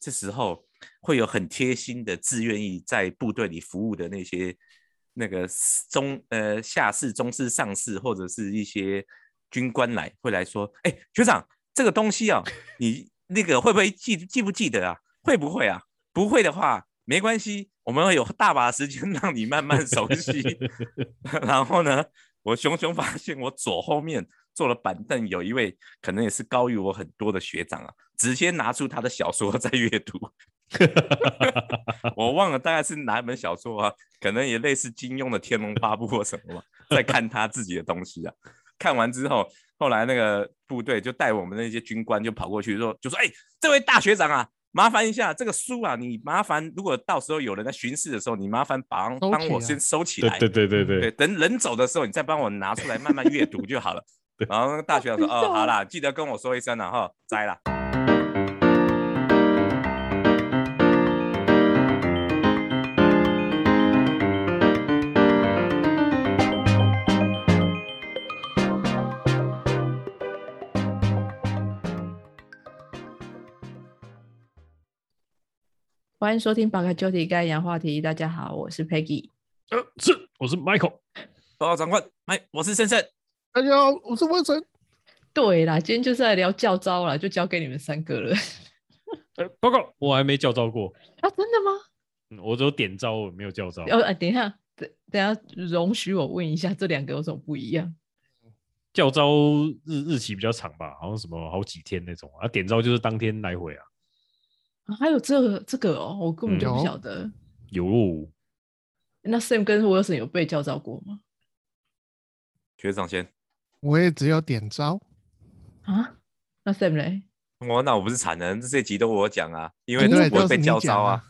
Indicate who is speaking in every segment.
Speaker 1: 这时候会有很贴心的自愿意在部队里服务的那些那个中呃下士、中士、上士或者是一些军官来会来说，哎、学长，这个东西啊，你那个会不会记记不记得啊？会不会啊？不会的话没关系，我们会有大把时间让你慢慢熟悉。然后呢，我熊熊发现我左后面坐了板凳有一位可能也是高于我很多的学长啊，直接拿出他的小说在阅读。我忘了大概是哪一本小说啊，可能也类似金庸的《天龙八部》或什么吧，在看他自己的东西啊。看完之后，后来那个部队就带我们那些军官就跑过去说，就说：“哎、这位大学长啊，麻烦一下这个书啊，你麻烦如果到时候有人在巡视的时候，你麻烦帮
Speaker 2: 收
Speaker 1: 帮
Speaker 2: 起
Speaker 1: 我
Speaker 2: 来
Speaker 1: 先收起
Speaker 3: 对
Speaker 1: 来。
Speaker 3: 对对对 对
Speaker 1: 对，等人走的时候，你再帮我拿出来慢慢阅读就好了
Speaker 3: 对。
Speaker 1: 然后那个大学 长说：“
Speaker 2: 好
Speaker 1: 哦，
Speaker 2: 笑
Speaker 1: 好啦，记得跟我说一声啊，哈，摘了。
Speaker 2: 欢迎收听《八个旧题盖洋话题》，大家好，我是 Peggy。
Speaker 3: 呃，是，我是 Michael，”
Speaker 1: 报告长官，哎，我是森森。
Speaker 3: 大家好，我是文成。
Speaker 2: 对啦，今天就是来聊教招啦，就交给你们三个了。
Speaker 3: 呃，报告，我还没叫招过，
Speaker 2: 啊，真的吗？
Speaker 3: 嗯我只有点招，我没有叫招。
Speaker 2: 哦，哎等一下，等等一下，容许我问一下，这两个有什么不一样？
Speaker 3: 叫招日日期比较长吧，好像什么好几天那种啊。点招就是当天来回啊。
Speaker 2: 啊、还有这个这个哦，我根本就不
Speaker 4: 有
Speaker 2: 晓得。
Speaker 3: 有，
Speaker 2: 那 Sam 跟 Wilson 有被教招过吗？
Speaker 1: 学长先，
Speaker 4: 我也只有点招，
Speaker 2: 啊，那 Sam 嘞？
Speaker 1: 我哦那我不是惨人，这些集都我讲啊，因为
Speaker 4: 哎对，
Speaker 1: 我
Speaker 4: 都
Speaker 1: 被
Speaker 4: 是你
Speaker 1: 教
Speaker 4: 讲
Speaker 1: 招啊。。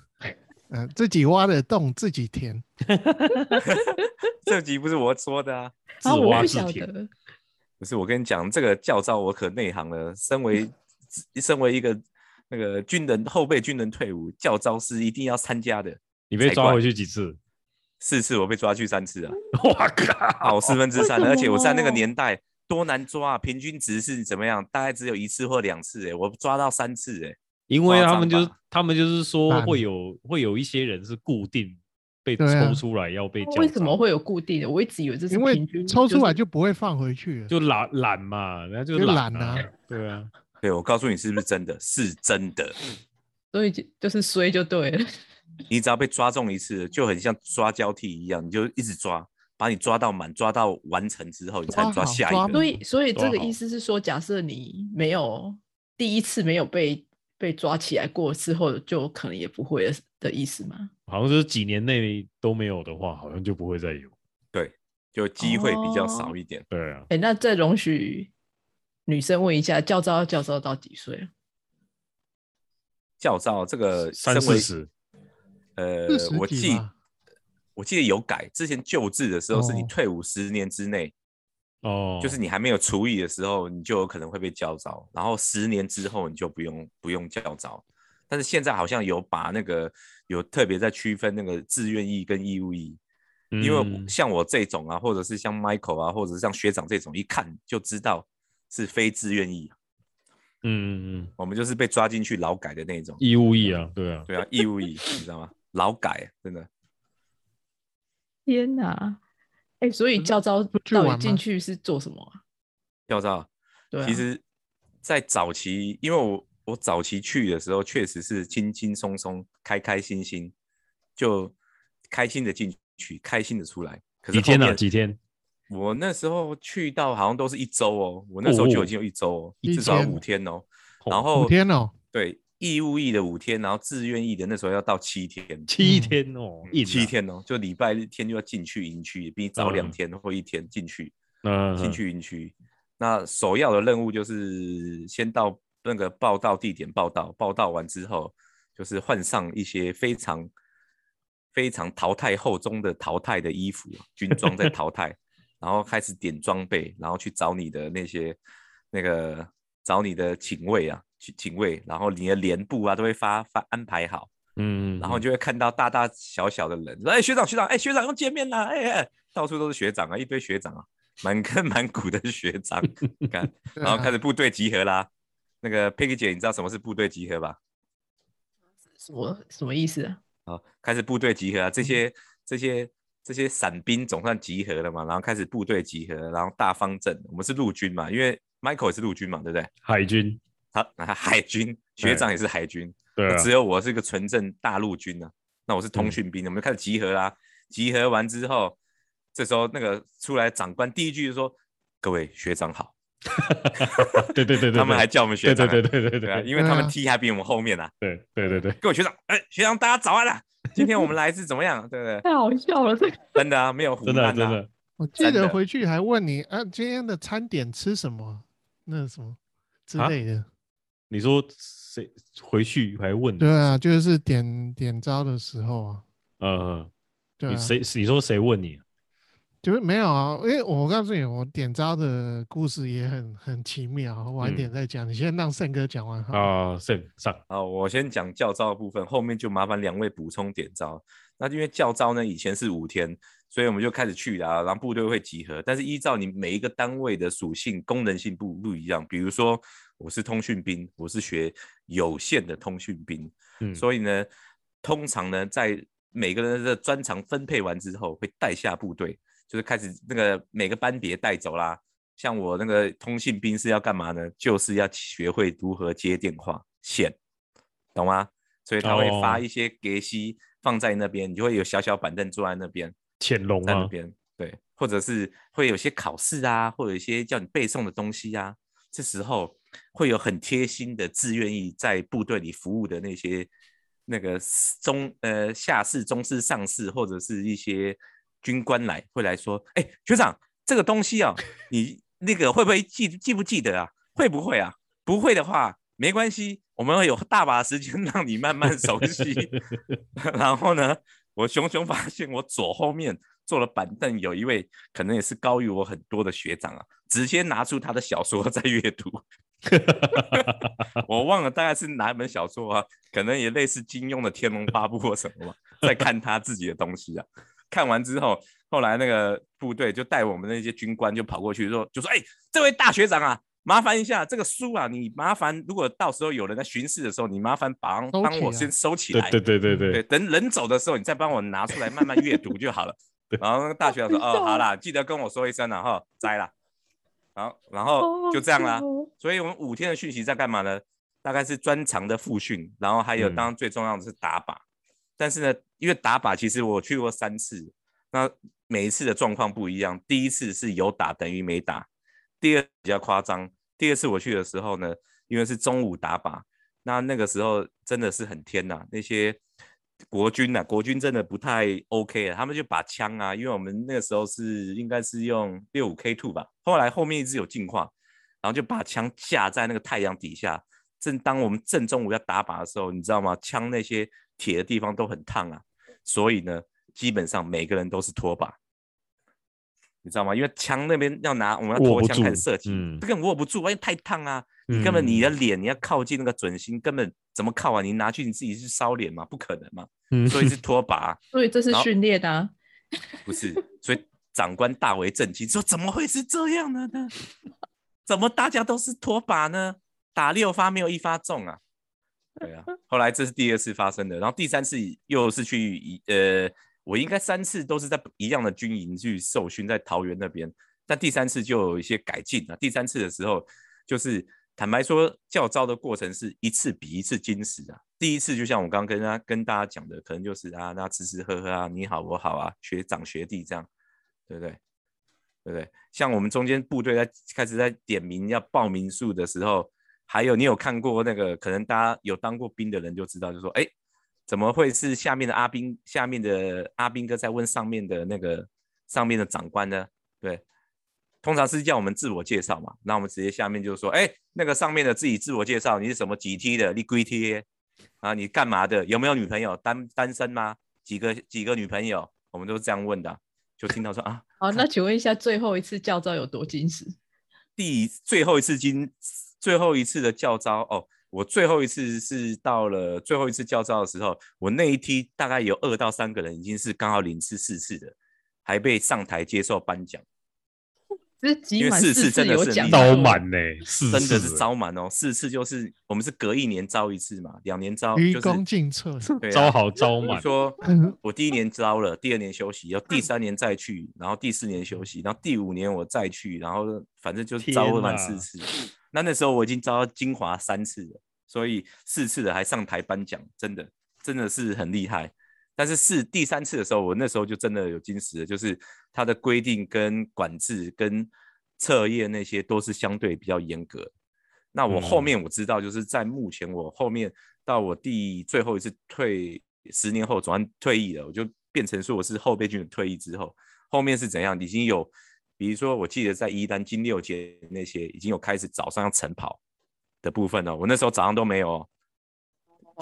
Speaker 4: 嗯、自己挖的洞自己填，
Speaker 1: 这集不是我说的啊，
Speaker 3: 自
Speaker 2: 啊，我
Speaker 3: 挖
Speaker 2: 不
Speaker 3: 自
Speaker 2: 晓
Speaker 3: 填
Speaker 2: 得。
Speaker 1: 不是我跟你讲，这个教招我可内行了。身为身为一个那个军人后备军人退伍，教招是一定要参加的。
Speaker 3: 你被
Speaker 1: 才
Speaker 3: 抓
Speaker 1: 怪
Speaker 3: 回去几次？
Speaker 1: 四次我被抓去三次啊，
Speaker 3: 哇靠！
Speaker 1: 哦，四分之
Speaker 2: 为
Speaker 1: 三
Speaker 2: 什
Speaker 1: 了，而且我在那个
Speaker 2: 么
Speaker 1: 年代多难抓啊，平均值是怎么样？大概只有一次或两次、欸，我抓到三次、欸，
Speaker 3: 因为
Speaker 1: 夸
Speaker 3: 他
Speaker 1: 张
Speaker 3: 们就是
Speaker 1: 吧
Speaker 3: 他们就是说
Speaker 4: 烂
Speaker 3: 会有会有一些人是固定被
Speaker 4: 对啊
Speaker 3: 抽出来要被叫、
Speaker 2: 为什么？会有固定的？我一直以为这是
Speaker 4: 因为
Speaker 2: 平均
Speaker 4: 抽出来
Speaker 2: 就
Speaker 4: 就不会放回去了。
Speaker 3: 就懒懒嘛，然后就
Speaker 4: 就
Speaker 3: 懒
Speaker 4: 懒
Speaker 3: 啊
Speaker 4: 啊，
Speaker 3: 对啊，
Speaker 1: 哎，对我告诉你是不是真的？是真的，
Speaker 2: 是所以就就是衰就对了。
Speaker 1: 你只要被抓中一次，就很像抓交替一样，你就一直抓，把你抓到满，抓到完成之后，你才能
Speaker 4: 抓
Speaker 1: 抓
Speaker 4: 好
Speaker 1: 下
Speaker 4: 抓
Speaker 1: 一
Speaker 4: 满
Speaker 1: 个
Speaker 2: 所。以，所以
Speaker 3: 抓
Speaker 2: 这个
Speaker 3: 好
Speaker 2: 意思是说，假设你没有第一次没有被被抓起来过之后，就可能也不会了的意思吗？
Speaker 3: 好像就是几年内都没有的话，好像就不会再有。
Speaker 1: 就机会比较
Speaker 4: 哦
Speaker 1: 少一点。
Speaker 3: 对啊，
Speaker 2: 哎，那再容许女生问一下，教招要教招到几岁啊？
Speaker 1: 教招这个
Speaker 3: 三
Speaker 1: 身为
Speaker 3: 四十，
Speaker 1: 呃
Speaker 4: 四十，
Speaker 1: 我
Speaker 4: 几
Speaker 1: 记
Speaker 4: 吧
Speaker 1: 我记得有改，之前旧制的时候是你
Speaker 4: 哦
Speaker 1: 退伍十年之内，
Speaker 3: 哦，
Speaker 1: 就是你还没有厨艺的时候，你就有可能会被教招，然后十年之后你就不用不用教招。但是现在好像有把那个有特别在区分那个自愿役跟义务役，因为我
Speaker 3: 嗯
Speaker 1: 像我这种啊，或者是像 Michael 啊，或者是像学长这种，一看就知道是非自愿役，
Speaker 3: 嗯嗯嗯，
Speaker 1: 我们就是被抓进去劳改的那种。
Speaker 3: 义务役啊，对啊，
Speaker 1: 对啊，义务役，你知道吗？劳改啊真的
Speaker 2: 天哪！哎，所以教招
Speaker 4: 去
Speaker 2: 到
Speaker 4: 玩
Speaker 2: 底进
Speaker 4: 吗
Speaker 2: 去是做什么啊？
Speaker 1: 教招。
Speaker 2: 对啊，
Speaker 1: 其实，在早期，因为我我早期去的时候，确实是轻轻松松、开开心心，就开心的进去，开心的出来。可是
Speaker 3: 几
Speaker 1: 后
Speaker 3: 天啊？
Speaker 1: 面嗯
Speaker 3: 几天？
Speaker 1: 我那时候去到好像都是一周哦，我那时候就已经有一周哦，
Speaker 4: 一
Speaker 1: 至少
Speaker 4: 天
Speaker 1: 五天哦。
Speaker 3: 哦
Speaker 1: 然后
Speaker 4: 五天哦，
Speaker 1: 对义务役的五天，然后自愿役的那时候要到七天，
Speaker 3: 七天哦，硬啊
Speaker 1: 七，天哦，就礼拜日天就要进去营区，比你早两
Speaker 3: 嗯
Speaker 1: 天或一天进去。
Speaker 3: 嗯，
Speaker 1: 进去营区。那首要的任务就是先到那个报道地点报道，报道完之后就是换上一些非常非常淘汰后中的淘汰的衣服，啊军装在淘汰，然后开始点装备，然后去找你的那些那个找你的警卫啊，去警卫，然后你的连部啊都会发发安排好，
Speaker 3: 嗯，嗯，
Speaker 1: 然后
Speaker 3: 嗯
Speaker 1: 就会看到大大小小的人，说：“哎、学长，学长，哎、学长，又见面啦！哎、哎到处都是学长啊，一堆学长啊，满 坑满谷的学长。你看，
Speaker 4: 对
Speaker 1: 然后
Speaker 4: 啊
Speaker 1: 开始部队集合啦。那个 Peggy 姐，你知道什么是部队集合吧？
Speaker 2: 什么什么意思啊？
Speaker 1: 好，哦开始部队集合啊，这些这些这些伞兵总算集合了嘛，然后开始部队集合，然后大方阵，我们是陆军嘛，因为 Michael 也是陆军嘛，对不对？
Speaker 3: 海军，
Speaker 1: 他他海军学长也是海军，
Speaker 3: 对
Speaker 1: 那
Speaker 3: 啊，嗯
Speaker 1: 只有我是一个纯正大陆军呢、那我是通讯兵，我们就开始集合啦。集合完之后，这时候那个出来长官第一句就说：“各位学长好。
Speaker 3: 对对对对”对，
Speaker 1: 他们还叫我们学
Speaker 3: 对
Speaker 1: 长
Speaker 3: 对
Speaker 1: 啊，
Speaker 3: 对对对
Speaker 1: 对啊，
Speaker 3: 对嗯
Speaker 1: 因为他
Speaker 4: 对
Speaker 1: 们
Speaker 4: 啊
Speaker 1: T 还比我们后面啊。
Speaker 3: 对对对对，
Speaker 1: 各位学长，哎，学长大家早安啦！今天我们来是怎么样？对不对？
Speaker 2: 太好笑了，这个
Speaker 1: 真的啊，没有胡
Speaker 3: 真的啊
Speaker 1: 乱
Speaker 3: 真的，
Speaker 4: 我记
Speaker 1: 真的
Speaker 4: 得回去还问你啊，今天的餐点吃什么？那什么之
Speaker 3: 啊
Speaker 4: 类的。
Speaker 3: 你说谁回去还问？
Speaker 4: 对啊，就是点点招的时候啊。
Speaker 3: 呃，
Speaker 4: 对
Speaker 3: 你
Speaker 4: 啊，
Speaker 3: 谁你说谁问你？
Speaker 4: 就是没有啊，因为我告诉你，我点招的故事也很很奇妙，啊晚一
Speaker 3: 嗯
Speaker 4: 点再讲。你先让胜哥讲完好了。
Speaker 3: 啊，圣上，
Speaker 1: 好，呃我先讲教招的部分，后面就麻烦两位补充点招。那因为教招呢，以前是五天，所以我们就开始去啦，然后部队会集合，但是依照你每一个单位的属性、功能性不不一样。比如说，我是通讯兵，我是学有线的通讯兵，
Speaker 3: 嗯，
Speaker 1: 所以呢，通常呢，在每个人的专长分配完之后，会带下部队，就是开始那个每个班别带走啦。像我那个通信兵是要干嘛呢？就是要学会如何接电话线，懂吗？所以他会发
Speaker 3: 哦
Speaker 1: 一些给息放在那边，你就会有小小板凳坐在那边，
Speaker 3: 潜龙
Speaker 1: 在那
Speaker 3: 啊，
Speaker 1: 边对，或者是会有些考试啊，或者一些叫你背诵的东西啊，这时候会有很贴心的自愿意在部队里服务的那些那个 s- 中呃下士、中士、上士，或者是一些军官来会来说，哎、学长，这个东西啊，你那个会不会记记不记得啊？会不会啊？不会的话没关系，我们会有大把时间让你慢慢熟悉。然后呢，我熊熊发现我左后面坐了板凳有一位可能也是高于我很多的学长啊，直接拿出他的小说 在阅 读。 我忘了大概是哪一本小说啊，可能也类似金庸的《天龙八部》或什么吧，在看他自己的东西啊。看完之后，后来那个部队就带我们那些军官就跑过去说，就说：“哎、这位大学长啊，麻烦一下这个书啊，你麻烦如果到时候有人在巡视的时候，你麻烦帮
Speaker 4: 收
Speaker 1: 帮
Speaker 4: 起
Speaker 1: 我
Speaker 4: 来
Speaker 1: 先收起
Speaker 3: 对
Speaker 1: 来。
Speaker 3: 对对对
Speaker 1: 对，
Speaker 3: 对，
Speaker 1: 等人走的时候，你再帮我拿出来慢慢阅读就好 了。
Speaker 3: 对
Speaker 1: 然后那个大学长说：“
Speaker 2: 好
Speaker 1: 哦，
Speaker 2: 笑
Speaker 1: 好啦，记得跟我说一声啊，哈，摘啦。”然后，然后
Speaker 2: 好
Speaker 1: 就这样啦
Speaker 2: 笑。哦
Speaker 1: 所以我们五天的训习在干嘛呢？大概是专长的复训，然后还有
Speaker 3: 嗯
Speaker 1: 当然最重要的是打靶。但是呢，因为打靶其实我去过三次，那每一次的状况不一样。第一次是有打等于没打，第二比较夸张。第二次我去的时候呢，因为是中午打靶，那那个时候真的是很天呐、那些国军呐、国军真的不太 OK 啊，他们就把枪啊，因为我们那个时候是应该是用六五 K two 吧，后来后面一直有进化，然后就把枪架在那个太阳底下。正当我们正中午要打靶的时候，你知道吗？枪那些铁的地方都很烫啊，所以呢，基本上每个人都是拖把，你知道吗？因为枪那边要拿，我们要
Speaker 3: 握
Speaker 1: 拖
Speaker 3: 不
Speaker 1: 枪开
Speaker 3: 住
Speaker 1: 始射击，
Speaker 3: 嗯
Speaker 1: 这根本握不住，万一太烫啊，你根本你的脸你要靠近那个准心，根本怎么靠啊？你拿去你自己去烧脸嘛，不可能嘛，
Speaker 3: 嗯，
Speaker 1: 所以是拖把啊、
Speaker 2: 所以这是
Speaker 1: 然后
Speaker 2: 训练的啊，
Speaker 1: 不是，所以长官大为震惊，说怎么会是这样的呢？怎么大家都是拖把呢？打六发没有一发中啊！对啊，后来这是第二次发生的，然后第三次又是去一呃，我应该三次都是在一样的军营去受训，在桃园那边，但第三次就有一些改进啊了。第三次的时候，就是坦白说，教招的过程是一次比一次矜持啊。第一次就像我刚刚跟大家跟大家讲的，可能就是啊，那吃吃喝喝啊，你好我好啊，学长学弟这样，对不对？对不对？像我们中间部队在开始在点名要报名数的时候，还有你有看过那个，可能大家有当过兵的人就知道，就说哎，怎么会是下面的阿兵，下面的阿兵哥在问上面的那个上面的长官呢？对，通常是叫我们自我介绍嘛，那我们直接下面就说，哎，那个上面的自己自我介绍，你是什么几 T 的，你归 T 啊，你干嘛的，有没有女朋友，单单身吗？几个几个女朋友，我们都是这样问的啊，就听到说啊，
Speaker 2: 好，那请问一下，最后一次教招有多矜持？
Speaker 1: 第最后一次经最后一次的教招哦，我最后一次是到了最后一次教招的时候，我那一梯大概有二到三个人已经是刚好连吃四次的，还被上台接受颁奖。
Speaker 2: 就是集
Speaker 1: 因为
Speaker 2: 满
Speaker 1: 四次
Speaker 2: 次
Speaker 1: 真的
Speaker 2: 有
Speaker 1: 是
Speaker 2: 讲
Speaker 1: 你
Speaker 2: 座
Speaker 3: 招满呢，
Speaker 1: 真
Speaker 3: 真
Speaker 1: 的是招满哦，四次就是我们是隔一年招一次嘛，两年招
Speaker 4: 鞠
Speaker 1: 就是
Speaker 4: 躬尽瘁。
Speaker 1: 对啊
Speaker 3: 招好招
Speaker 1: 比如
Speaker 3: 满，
Speaker 1: 说
Speaker 4: 嗯
Speaker 1: 我第一年招了，第二年休息，然后第三年再去，然后第四年休息，然后第五年我再去，然后反正就是招了满四
Speaker 3: 天哪
Speaker 1: 次。那那时候我已经招到精华三次了，所以四次了还上台颁奖，真的真的是很厉害。但是四第三次的时候，我那时候就真的有惊喜了，就是它的规定跟管制跟测验那些都是相对比较严格。那我后
Speaker 3: 嗯
Speaker 1: 面我知道，就是在目前我后面到我第最后一次退，十年后转退役了，我就变成说我是后备军人退役之后，后面是怎样？已经有，比如说我记得在一单金六节那些已经有开始早上要晨跑的部分了，我那时候早上都没有哦，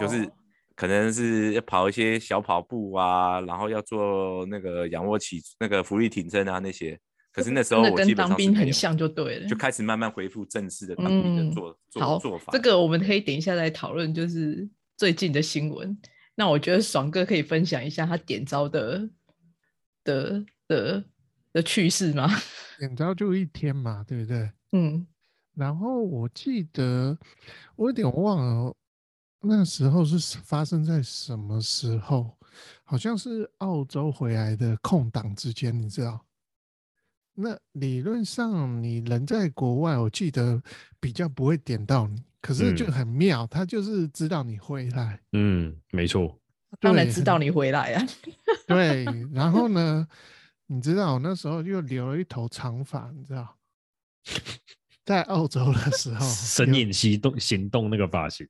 Speaker 1: 就是
Speaker 2: 哦
Speaker 1: 可能是要跑一些小跑步啊，然后要做那个仰卧起那个浮力挺身啊那些。可是那时候
Speaker 2: 真的
Speaker 1: 我
Speaker 2: 跟
Speaker 1: 基本
Speaker 2: 当
Speaker 1: 上是
Speaker 2: 兵
Speaker 1: 没
Speaker 2: 很
Speaker 1: 有
Speaker 2: 像就对了
Speaker 1: 就开始慢慢恢复正 式的当兵的
Speaker 2: 嗯
Speaker 1: 做、
Speaker 2: 好
Speaker 1: 做做法。
Speaker 2: 这个我们可以等一下来讨论，就是最近的新闻。那我觉得爽哥可以分享一下他点招的的的的趣事吗？
Speaker 4: 点招就一天嘛，对不对？
Speaker 2: 嗯，
Speaker 4: 然后我记得我有点忘了那时候是什发生在什么时候，好像是澳洲回来的空档之间，你知道？那理论上你人在国外，我记得比较不会点到你，可是就
Speaker 3: 嗯
Speaker 4: 很妙，他就是知道你回来，
Speaker 3: 嗯，没错，
Speaker 2: 当然
Speaker 4: 对
Speaker 2: 知道你回来啊。
Speaker 4: 对，然后呢，你知道我那时候又留了一头长发，你知道， 在澳洲的时候，
Speaker 3: 神隐哦行动行动那个发型，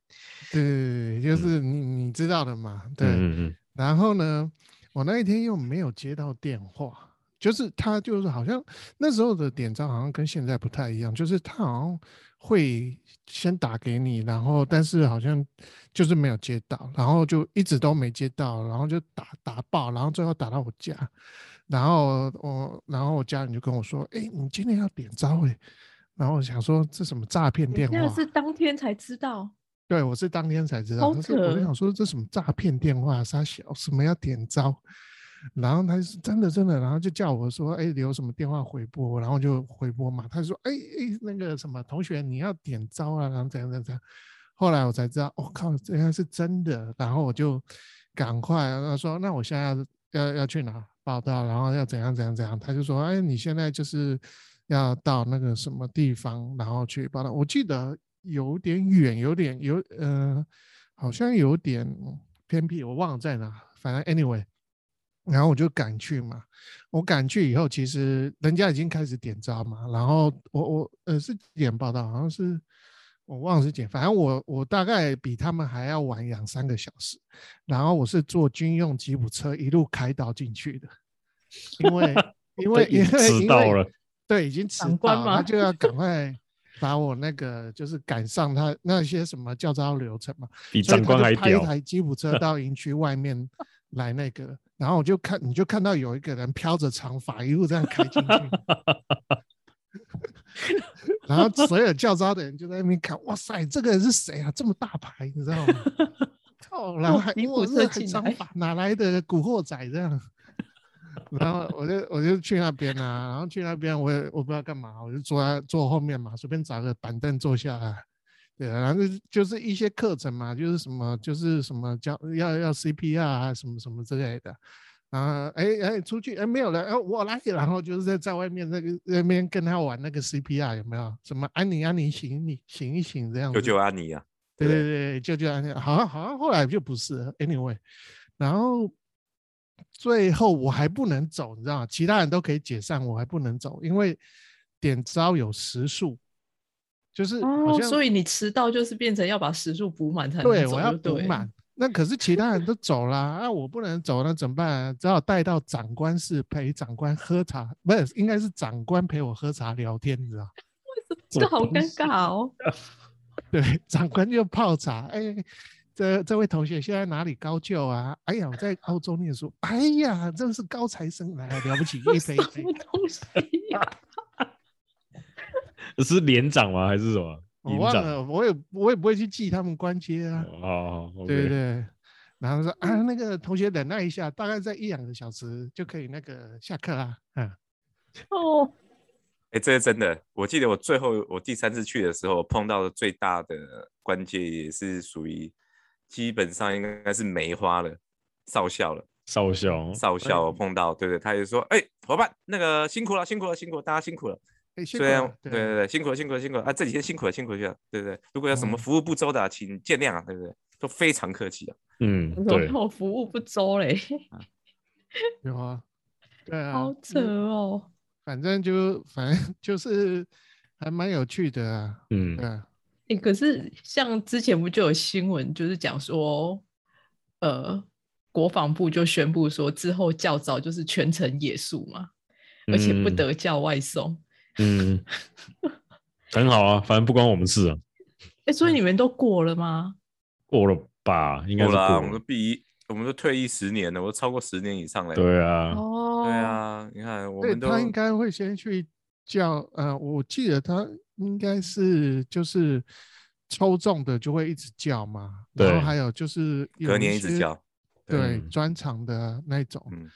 Speaker 4: 对，就是你你知道的嘛，对。
Speaker 3: 嗯嗯
Speaker 4: 然后呢，我那一天又没有接到电话，就是他就是好像那时候的点招好像跟现在不太一样，就是他好像会先打给你，然后但是好像就是没有接到，然后就一直都没接到，然后就打打爆，然后最后打到我家，然后我然后我家人就跟我说，哎，你今天要点招哎、然后我想说这什么诈骗电话？
Speaker 2: 那是当天才知道，
Speaker 4: 对，我是当天才知道，
Speaker 2: 好
Speaker 4: 可是我
Speaker 2: 扯
Speaker 4: 就想说这什么诈骗电话，啊傻小什么要点招，然后他是真的真的，然后就叫我说，哎，留什么电话回拨，然后就回拨嘛，他就说，哎哎，那个什么同学你要点招啊，然后怎样怎样怎样，后来我才知道，我、靠，原来是真的，然后我就赶快他说，那我现在要要要去哪报道，然后要怎样怎样怎样，他就说，哎，你现在就是要到那个什么地方，然后去报道，我记得。有点远，有点有呃，好像有点偏僻，我忘了在哪。反正 anyway，然后我就赶去嘛。我赶去以后，其实人家已经开始点招嘛。然后我我呃是几点报道？好像是我忘了是几点，反正我我大概比他们还要晚两三个小时。然后我是坐军用吉普车一路开到进去的，因为 因为因为
Speaker 3: 迟
Speaker 4: 因
Speaker 3: 到
Speaker 4: 为
Speaker 3: 了，
Speaker 4: 对，已经迟
Speaker 2: 长官
Speaker 4: 到了，
Speaker 2: 吗
Speaker 4: 他就要赶快把我那个就是赶上他那些什么教招流程嘛，
Speaker 3: 比
Speaker 4: 所以
Speaker 3: 长
Speaker 4: 他
Speaker 3: 官
Speaker 4: 就
Speaker 3: 还
Speaker 4: 派一
Speaker 3: 屌，
Speaker 4: 台吉普车到营区外 面来那个，然后我就看，你就看到有一个人飘着长发一路这样开 进去，然后所有教招的人就在那边看，哇塞，这个人是谁啊？这么大牌，你知道吗？靠，然后
Speaker 2: 哇
Speaker 4: 还
Speaker 2: 吉
Speaker 4: 因为我
Speaker 2: 普
Speaker 4: 是
Speaker 2: 车
Speaker 4: 很
Speaker 2: 进
Speaker 4: 长
Speaker 2: 来
Speaker 4: 发，哪来的古惑仔这样？然后我就我就去那边啊，然后去那边我也我不知道干嘛，我就坐在坐后面嘛，随便找个板凳坐下来。对啊，然后就是就是一些课程嘛，就是什么就是什么教要要 CPR 啊什么什么之类的。然后哎哎出去哎没有了，哎我来，然后就是在在外面那个那边跟他玩那个 CPR 有没有？什么安妮安妮醒你醒一醒这样子。
Speaker 1: 救救安妮啊！
Speaker 4: 对
Speaker 1: 对
Speaker 4: 对对，就就安好像好像后来就不是了，anyway，然后最后我还不能走，你知道吗？其他人都可以解散，我还不能走，因为点招有时数，就是好
Speaker 2: 哦，
Speaker 4: 像、
Speaker 2: 所以你迟到就是变成要把时数补满才能
Speaker 4: 对
Speaker 2: 走
Speaker 4: 我要
Speaker 2: 就
Speaker 4: 补
Speaker 2: 对了
Speaker 4: 满。那可是其他人都走啦，那、我不能走，那怎么办、啊？只好带到长官室陪长官喝茶，不是应该是长官陪我喝茶聊天，你知道吗？
Speaker 2: 这个好尴尬哦。
Speaker 4: 对，长官就泡茶，哎，这这位同学现在哪里高就啊？哎呀，我在澳洲念书，哎呀，真是高材生啊，了 不起，一杯
Speaker 2: 什么
Speaker 4: 一杯。
Speaker 2: 东西啊呀、
Speaker 3: 是连长吗？还是什么？
Speaker 4: 我
Speaker 3: 营
Speaker 4: 忘
Speaker 3: 长？
Speaker 4: 了，我也我也不会去记他们官阶啊，
Speaker 3: 哦好，好
Speaker 4: 对
Speaker 3: OK
Speaker 4: 对。然后说啊， 那个同学忍耐一下，大概在一两个小时就可以那个下课啦，嗯。
Speaker 2: 哦，
Speaker 1: 哎，这是真的。我记得我最后我第三次去的时候，碰到的最大的关键也是属于基本上应该是梅花了，少校了，
Speaker 3: 少校，
Speaker 1: 嗯
Speaker 2: 哦
Speaker 1: 少
Speaker 2: 哎
Speaker 1: 校我碰到，对对，他就说，哎，伙伴，那个辛苦了，辛苦了，辛苦了，大家辛苦了。
Speaker 4: 哎，辛苦
Speaker 1: 虽然
Speaker 4: 了
Speaker 1: 对对对，辛苦了，辛苦了，辛苦了啊，这几天辛苦了，辛苦了去了，对不对？如果有什么
Speaker 4: 嗯
Speaker 1: 服务不周的啊，请见谅啊，对不对？都非常客气啊。
Speaker 3: 嗯，
Speaker 2: 我
Speaker 3: 对
Speaker 2: 说，我服务不周嘞，
Speaker 4: 啊有啊，对啊，
Speaker 2: 好扯哦。
Speaker 4: 反正就反正 就是还蛮有趣的啊，
Speaker 3: 嗯
Speaker 4: 对，啊，
Speaker 2: 哎、可是像之前不就有新闻，就是讲说，呃，国防部就宣布说，之后教早就是全程野宿嘛，而且不
Speaker 3: 嗯
Speaker 2: 得叫外送。
Speaker 3: 嗯，很好啊，反正不关我们事啊，
Speaker 2: 哎、所以你们都过了吗？
Speaker 3: 过了吧，应该
Speaker 1: 够
Speaker 3: 是
Speaker 1: 了啊，
Speaker 3: 过
Speaker 1: 我们都
Speaker 3: 了，
Speaker 1: 毕业，我们都退役十年了，我都超过十年以上了。
Speaker 3: 对啊，
Speaker 2: 哦
Speaker 1: 对，啊，你看我
Speaker 4: 对
Speaker 1: 们都
Speaker 4: 他应该会先去叫呃，我记得他应该是就是抽中的就会一直叫嘛，然
Speaker 3: 对
Speaker 4: 后还有就是有
Speaker 1: 隔年一
Speaker 4: 些
Speaker 1: 直叫，
Speaker 4: 对
Speaker 3: 嗯
Speaker 4: 专长的那一种，
Speaker 1: 嗯，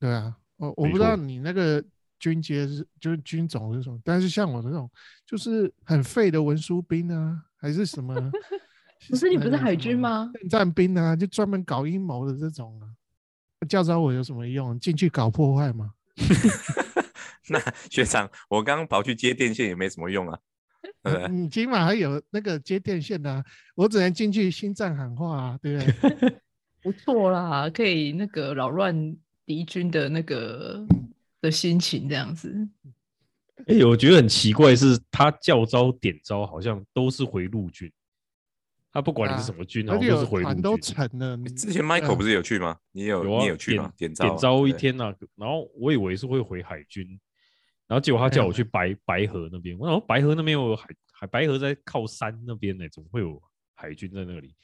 Speaker 4: 对啊，我我
Speaker 3: 没
Speaker 4: 不知道
Speaker 3: 错
Speaker 4: 你那个军阶是就是军种是什么，但是像我这种就是很废的文书兵啊，还是什么。
Speaker 2: 不是你不是
Speaker 4: 那个
Speaker 2: 海
Speaker 4: 什
Speaker 2: 军
Speaker 4: 么
Speaker 2: 吗？
Speaker 4: 战战兵啊，就专门搞阴谋的这种啊，教招我有什么用？进去搞破坏吗？
Speaker 1: 那学长，我刚刚跑去接电线也没什么用啊，对不对？
Speaker 4: 你起码还有那个接电线的、啊，我只能进去心脏喊话啊，对
Speaker 3: 嗯
Speaker 4: 不对？
Speaker 2: 不错啦，可以那个扰乱敌军的那个的心情，这样子。
Speaker 3: 哎、我觉得很奇怪，是他教招点招好像都是回陆军，他不管你
Speaker 4: 啊
Speaker 3: 是什么军，
Speaker 4: 而
Speaker 3: 好
Speaker 4: 且
Speaker 3: 像都是
Speaker 4: 有
Speaker 3: 回陆
Speaker 4: 团
Speaker 3: 军。
Speaker 4: 都成了，你
Speaker 1: 之前 Michael
Speaker 4: 嗯
Speaker 1: 不是有去吗？你有
Speaker 3: 有啊，
Speaker 1: 你有去吗？
Speaker 3: 点
Speaker 1: 点招啊
Speaker 3: 点招一，
Speaker 1: 对
Speaker 3: 天呐、然后我以为是会回海军，然后结果他叫我去
Speaker 1: 嗯
Speaker 3: 白、白河那边，我想说白河那边有海海白河在靠山那边呢、怎么会有海军在那里？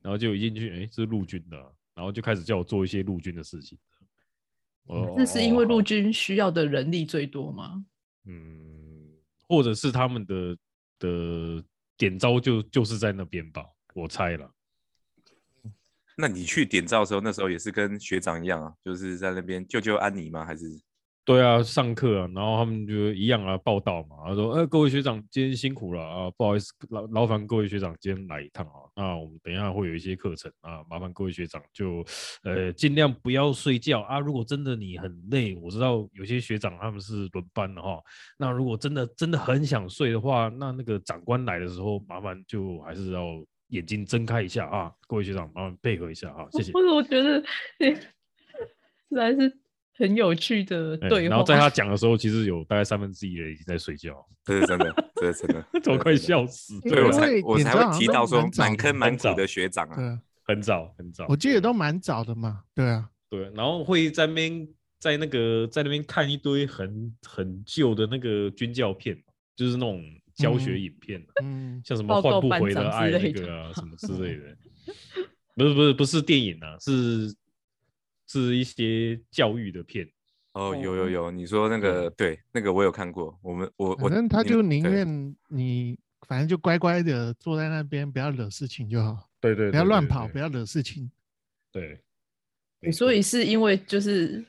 Speaker 3: 然后就一进去，哎、这是陆军的啊、然后就开始叫我做一些陆军的事情。
Speaker 1: 嗯
Speaker 3: 哦
Speaker 2: 那是因为陆，
Speaker 3: 哦
Speaker 2: 军需要的人力最多吗？
Speaker 3: 好嗯，或者是他们的的点招就就是在那边吧，我猜了。
Speaker 1: 那你去点招的时候，那时候也是跟学长一样啊，就是在那边救救安妮吗？还是
Speaker 3: 对啊，上课啊，然后他们就一样啊报道嘛，他说，呃，各位学长今天辛苦了啊，不好意思，劳劳烦各位学长今天来一趟啊，那我们等一下会有一些课程啊，麻烦各位学长就呃尽量不要睡觉啊，如果真的你很累，我知道有些学长他们是轮班的哈，那如果真的真的很想睡的话，那那个长官来的时候，麻烦就还是要眼睛睁开一下啊，各位学长麻烦配合一下啊，谢谢。
Speaker 2: 或者我觉得 你实在是很有趣的
Speaker 3: 哎
Speaker 2: 对话。哦
Speaker 3: 然后在他讲的时候，其实有大概三分之一的人已经在睡觉。啊
Speaker 1: 这是真的，这是真的
Speaker 3: ，怎么快笑死？
Speaker 4: 对
Speaker 1: 对，我
Speaker 4: 因
Speaker 1: 才
Speaker 4: 为
Speaker 1: 我
Speaker 4: 点
Speaker 1: 才
Speaker 4: 招
Speaker 1: 会
Speaker 4: 好
Speaker 1: 提
Speaker 4: 像
Speaker 1: 到
Speaker 4: 都
Speaker 1: 说
Speaker 4: 啊蛮早
Speaker 1: 满坑
Speaker 4: 的
Speaker 1: 满
Speaker 3: 很
Speaker 1: 谷
Speaker 3: 早
Speaker 1: 的学长啊，
Speaker 4: 对啊，
Speaker 3: 很早很早，
Speaker 4: 我记得都蛮早的嘛，对啊，
Speaker 3: 对，然后会在那边在那个在那边看一堆很很旧的那个军教片，就是那种教学
Speaker 4: 嗯
Speaker 3: 影片，啊
Speaker 4: 嗯，
Speaker 3: 像什么
Speaker 2: 报告
Speaker 3: 换不
Speaker 2: 班
Speaker 3: 回
Speaker 2: 长
Speaker 3: 的
Speaker 2: 之
Speaker 3: 爱那
Speaker 2: 类的
Speaker 3: 个啊什么之类 的，不是不是不是电影啊，是是一些教育的片，
Speaker 1: 哦，有有
Speaker 2: 哦
Speaker 1: 有，你说那个对，那个我有看过，我们我我
Speaker 4: 嗯反正他
Speaker 1: 你
Speaker 4: 就
Speaker 1: 们
Speaker 4: 宁
Speaker 1: 对
Speaker 4: 愿你，反正就乖乖的坐在那边，不要惹事情就好，
Speaker 3: 对对，
Speaker 4: 不要乱跑，不要惹事情。
Speaker 3: 对，
Speaker 2: 欸所以是因为就是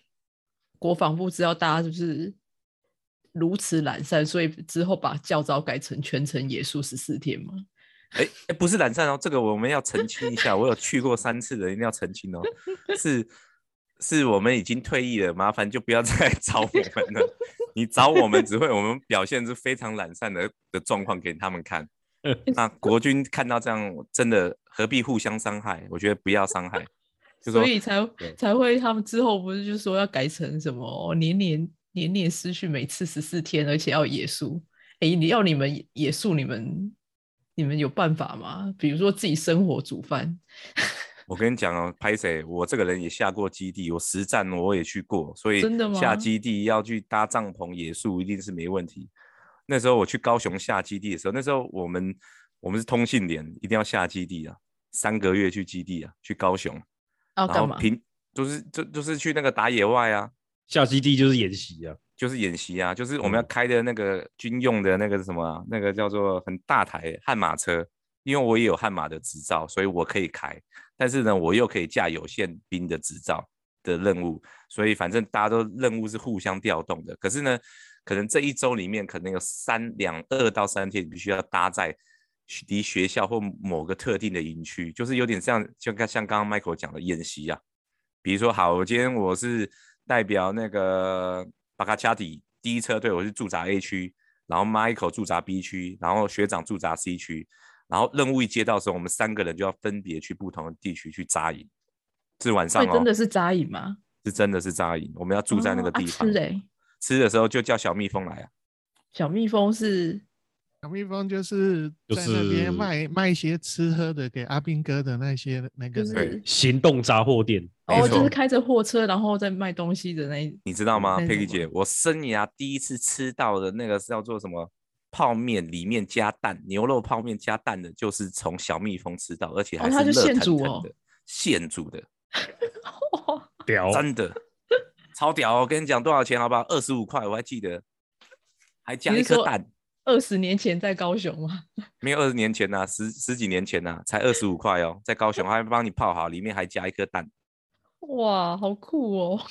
Speaker 2: 国防部知道大家就是如此懒散，所以之后把教招改成全程野宿十四天嘛。
Speaker 1: 哎、哎，不是懒散哦，这个我们要澄清一下，我有去过三次的，一定要澄清哦，是是我们已经退役了，麻烦就不要再 来找我们了，你找我们只会我们表现是非常懒散的的状况给他们 看，那国军看到这样，真的何必互相伤害？我觉得不要伤害，就说
Speaker 2: 所以才
Speaker 1: 对
Speaker 2: 才会他们之后不是就说要改成什么年年年年失去每次十四天，而且要野宿。哎、你要你们野宿，你们你们有办法吗？比如说自己生火煮饭，
Speaker 1: 我跟你讲哦，拍谁？我这个人也下过基地，我实战我也去过，所以
Speaker 2: 真的吗
Speaker 1: 下基地要去搭帐篷、野宿，一定是没问题。那时候我去高雄下基地的时候，那时候我们我们是通信连，一定要下基地啊，三个月去基地啊，去高雄，
Speaker 2: 要
Speaker 1: 然后
Speaker 2: 干嘛？
Speaker 1: 平就是就就是去那个打野外啊，
Speaker 3: 下基地就是演习啊，
Speaker 1: 就是演习啊，就是我们要
Speaker 3: 嗯
Speaker 1: 开的那个军用的那个什么啊、那个叫做很大台悍马车，因为我也有悍马的执照，所以我可以开，但是呢，我又可以驾有限兵的执照，的任务，所以反正大家都任务是互相调动的。可是呢，可能这一周里面可能有三两二到三天，你必须要搭在学离学校或某个特定的营区，就是有点像就刚像刚刚 Michael 讲的演习啊。比如说，好，我今天我是代表那个巴卡恰迪第一车队，我是驻扎 A 区，然后 Michael 驻扎 B 区，然后学长驻扎 C 区，然后任务一接到的时候，我们三个人就要分别去不同的地区去扎营。是晚上
Speaker 2: 所
Speaker 1: 哦，
Speaker 2: 以真的是扎营吗？
Speaker 1: 是真的是扎营，我们要住在那
Speaker 2: 哦
Speaker 1: 个
Speaker 2: 啊
Speaker 1: 地方。
Speaker 2: 吃嘞，
Speaker 1: 吃的时候就叫小蜜蜂来啊，
Speaker 2: 小蜜蜂是
Speaker 4: 小蜜蜂就是
Speaker 3: 就
Speaker 4: 在那边
Speaker 3: 是
Speaker 4: 卖卖一些吃喝的给阿兵哥的那些那个
Speaker 2: 就
Speaker 4: 人，
Speaker 2: 是
Speaker 3: 行动杂货店，
Speaker 1: 没
Speaker 2: 哦，
Speaker 1: 错
Speaker 2: 就是开着货车然后再卖东西的那一
Speaker 1: 你知道吗
Speaker 2: 那是
Speaker 1: 佩
Speaker 2: 什
Speaker 1: 丽
Speaker 2: 么
Speaker 1: 姐，我生涯第一次吃到的那个是叫做什么泡面，里面加蛋，牛肉泡面加蛋的，就是从小蜜蜂吃到，而且
Speaker 2: 哦
Speaker 1: 还
Speaker 2: 它
Speaker 1: 是
Speaker 2: 就
Speaker 1: 热
Speaker 2: 现
Speaker 1: 腾腾
Speaker 2: 煮
Speaker 1: 的，
Speaker 2: 哦
Speaker 1: 现煮的，
Speaker 2: 哇
Speaker 3: 屌，
Speaker 1: 真的超屌哦！我跟你讲多少钱好不好？二十五块，我还记得，还加
Speaker 2: 你
Speaker 1: 一
Speaker 2: 是
Speaker 1: 颗
Speaker 2: 说
Speaker 1: 蛋，
Speaker 2: 二十年前在高雄吗？
Speaker 1: 没有二十年前呐、十十几年前呐、才二十五块哦，在高雄还帮你泡好，里面还加一颗蛋。
Speaker 2: 哇，好酷哦！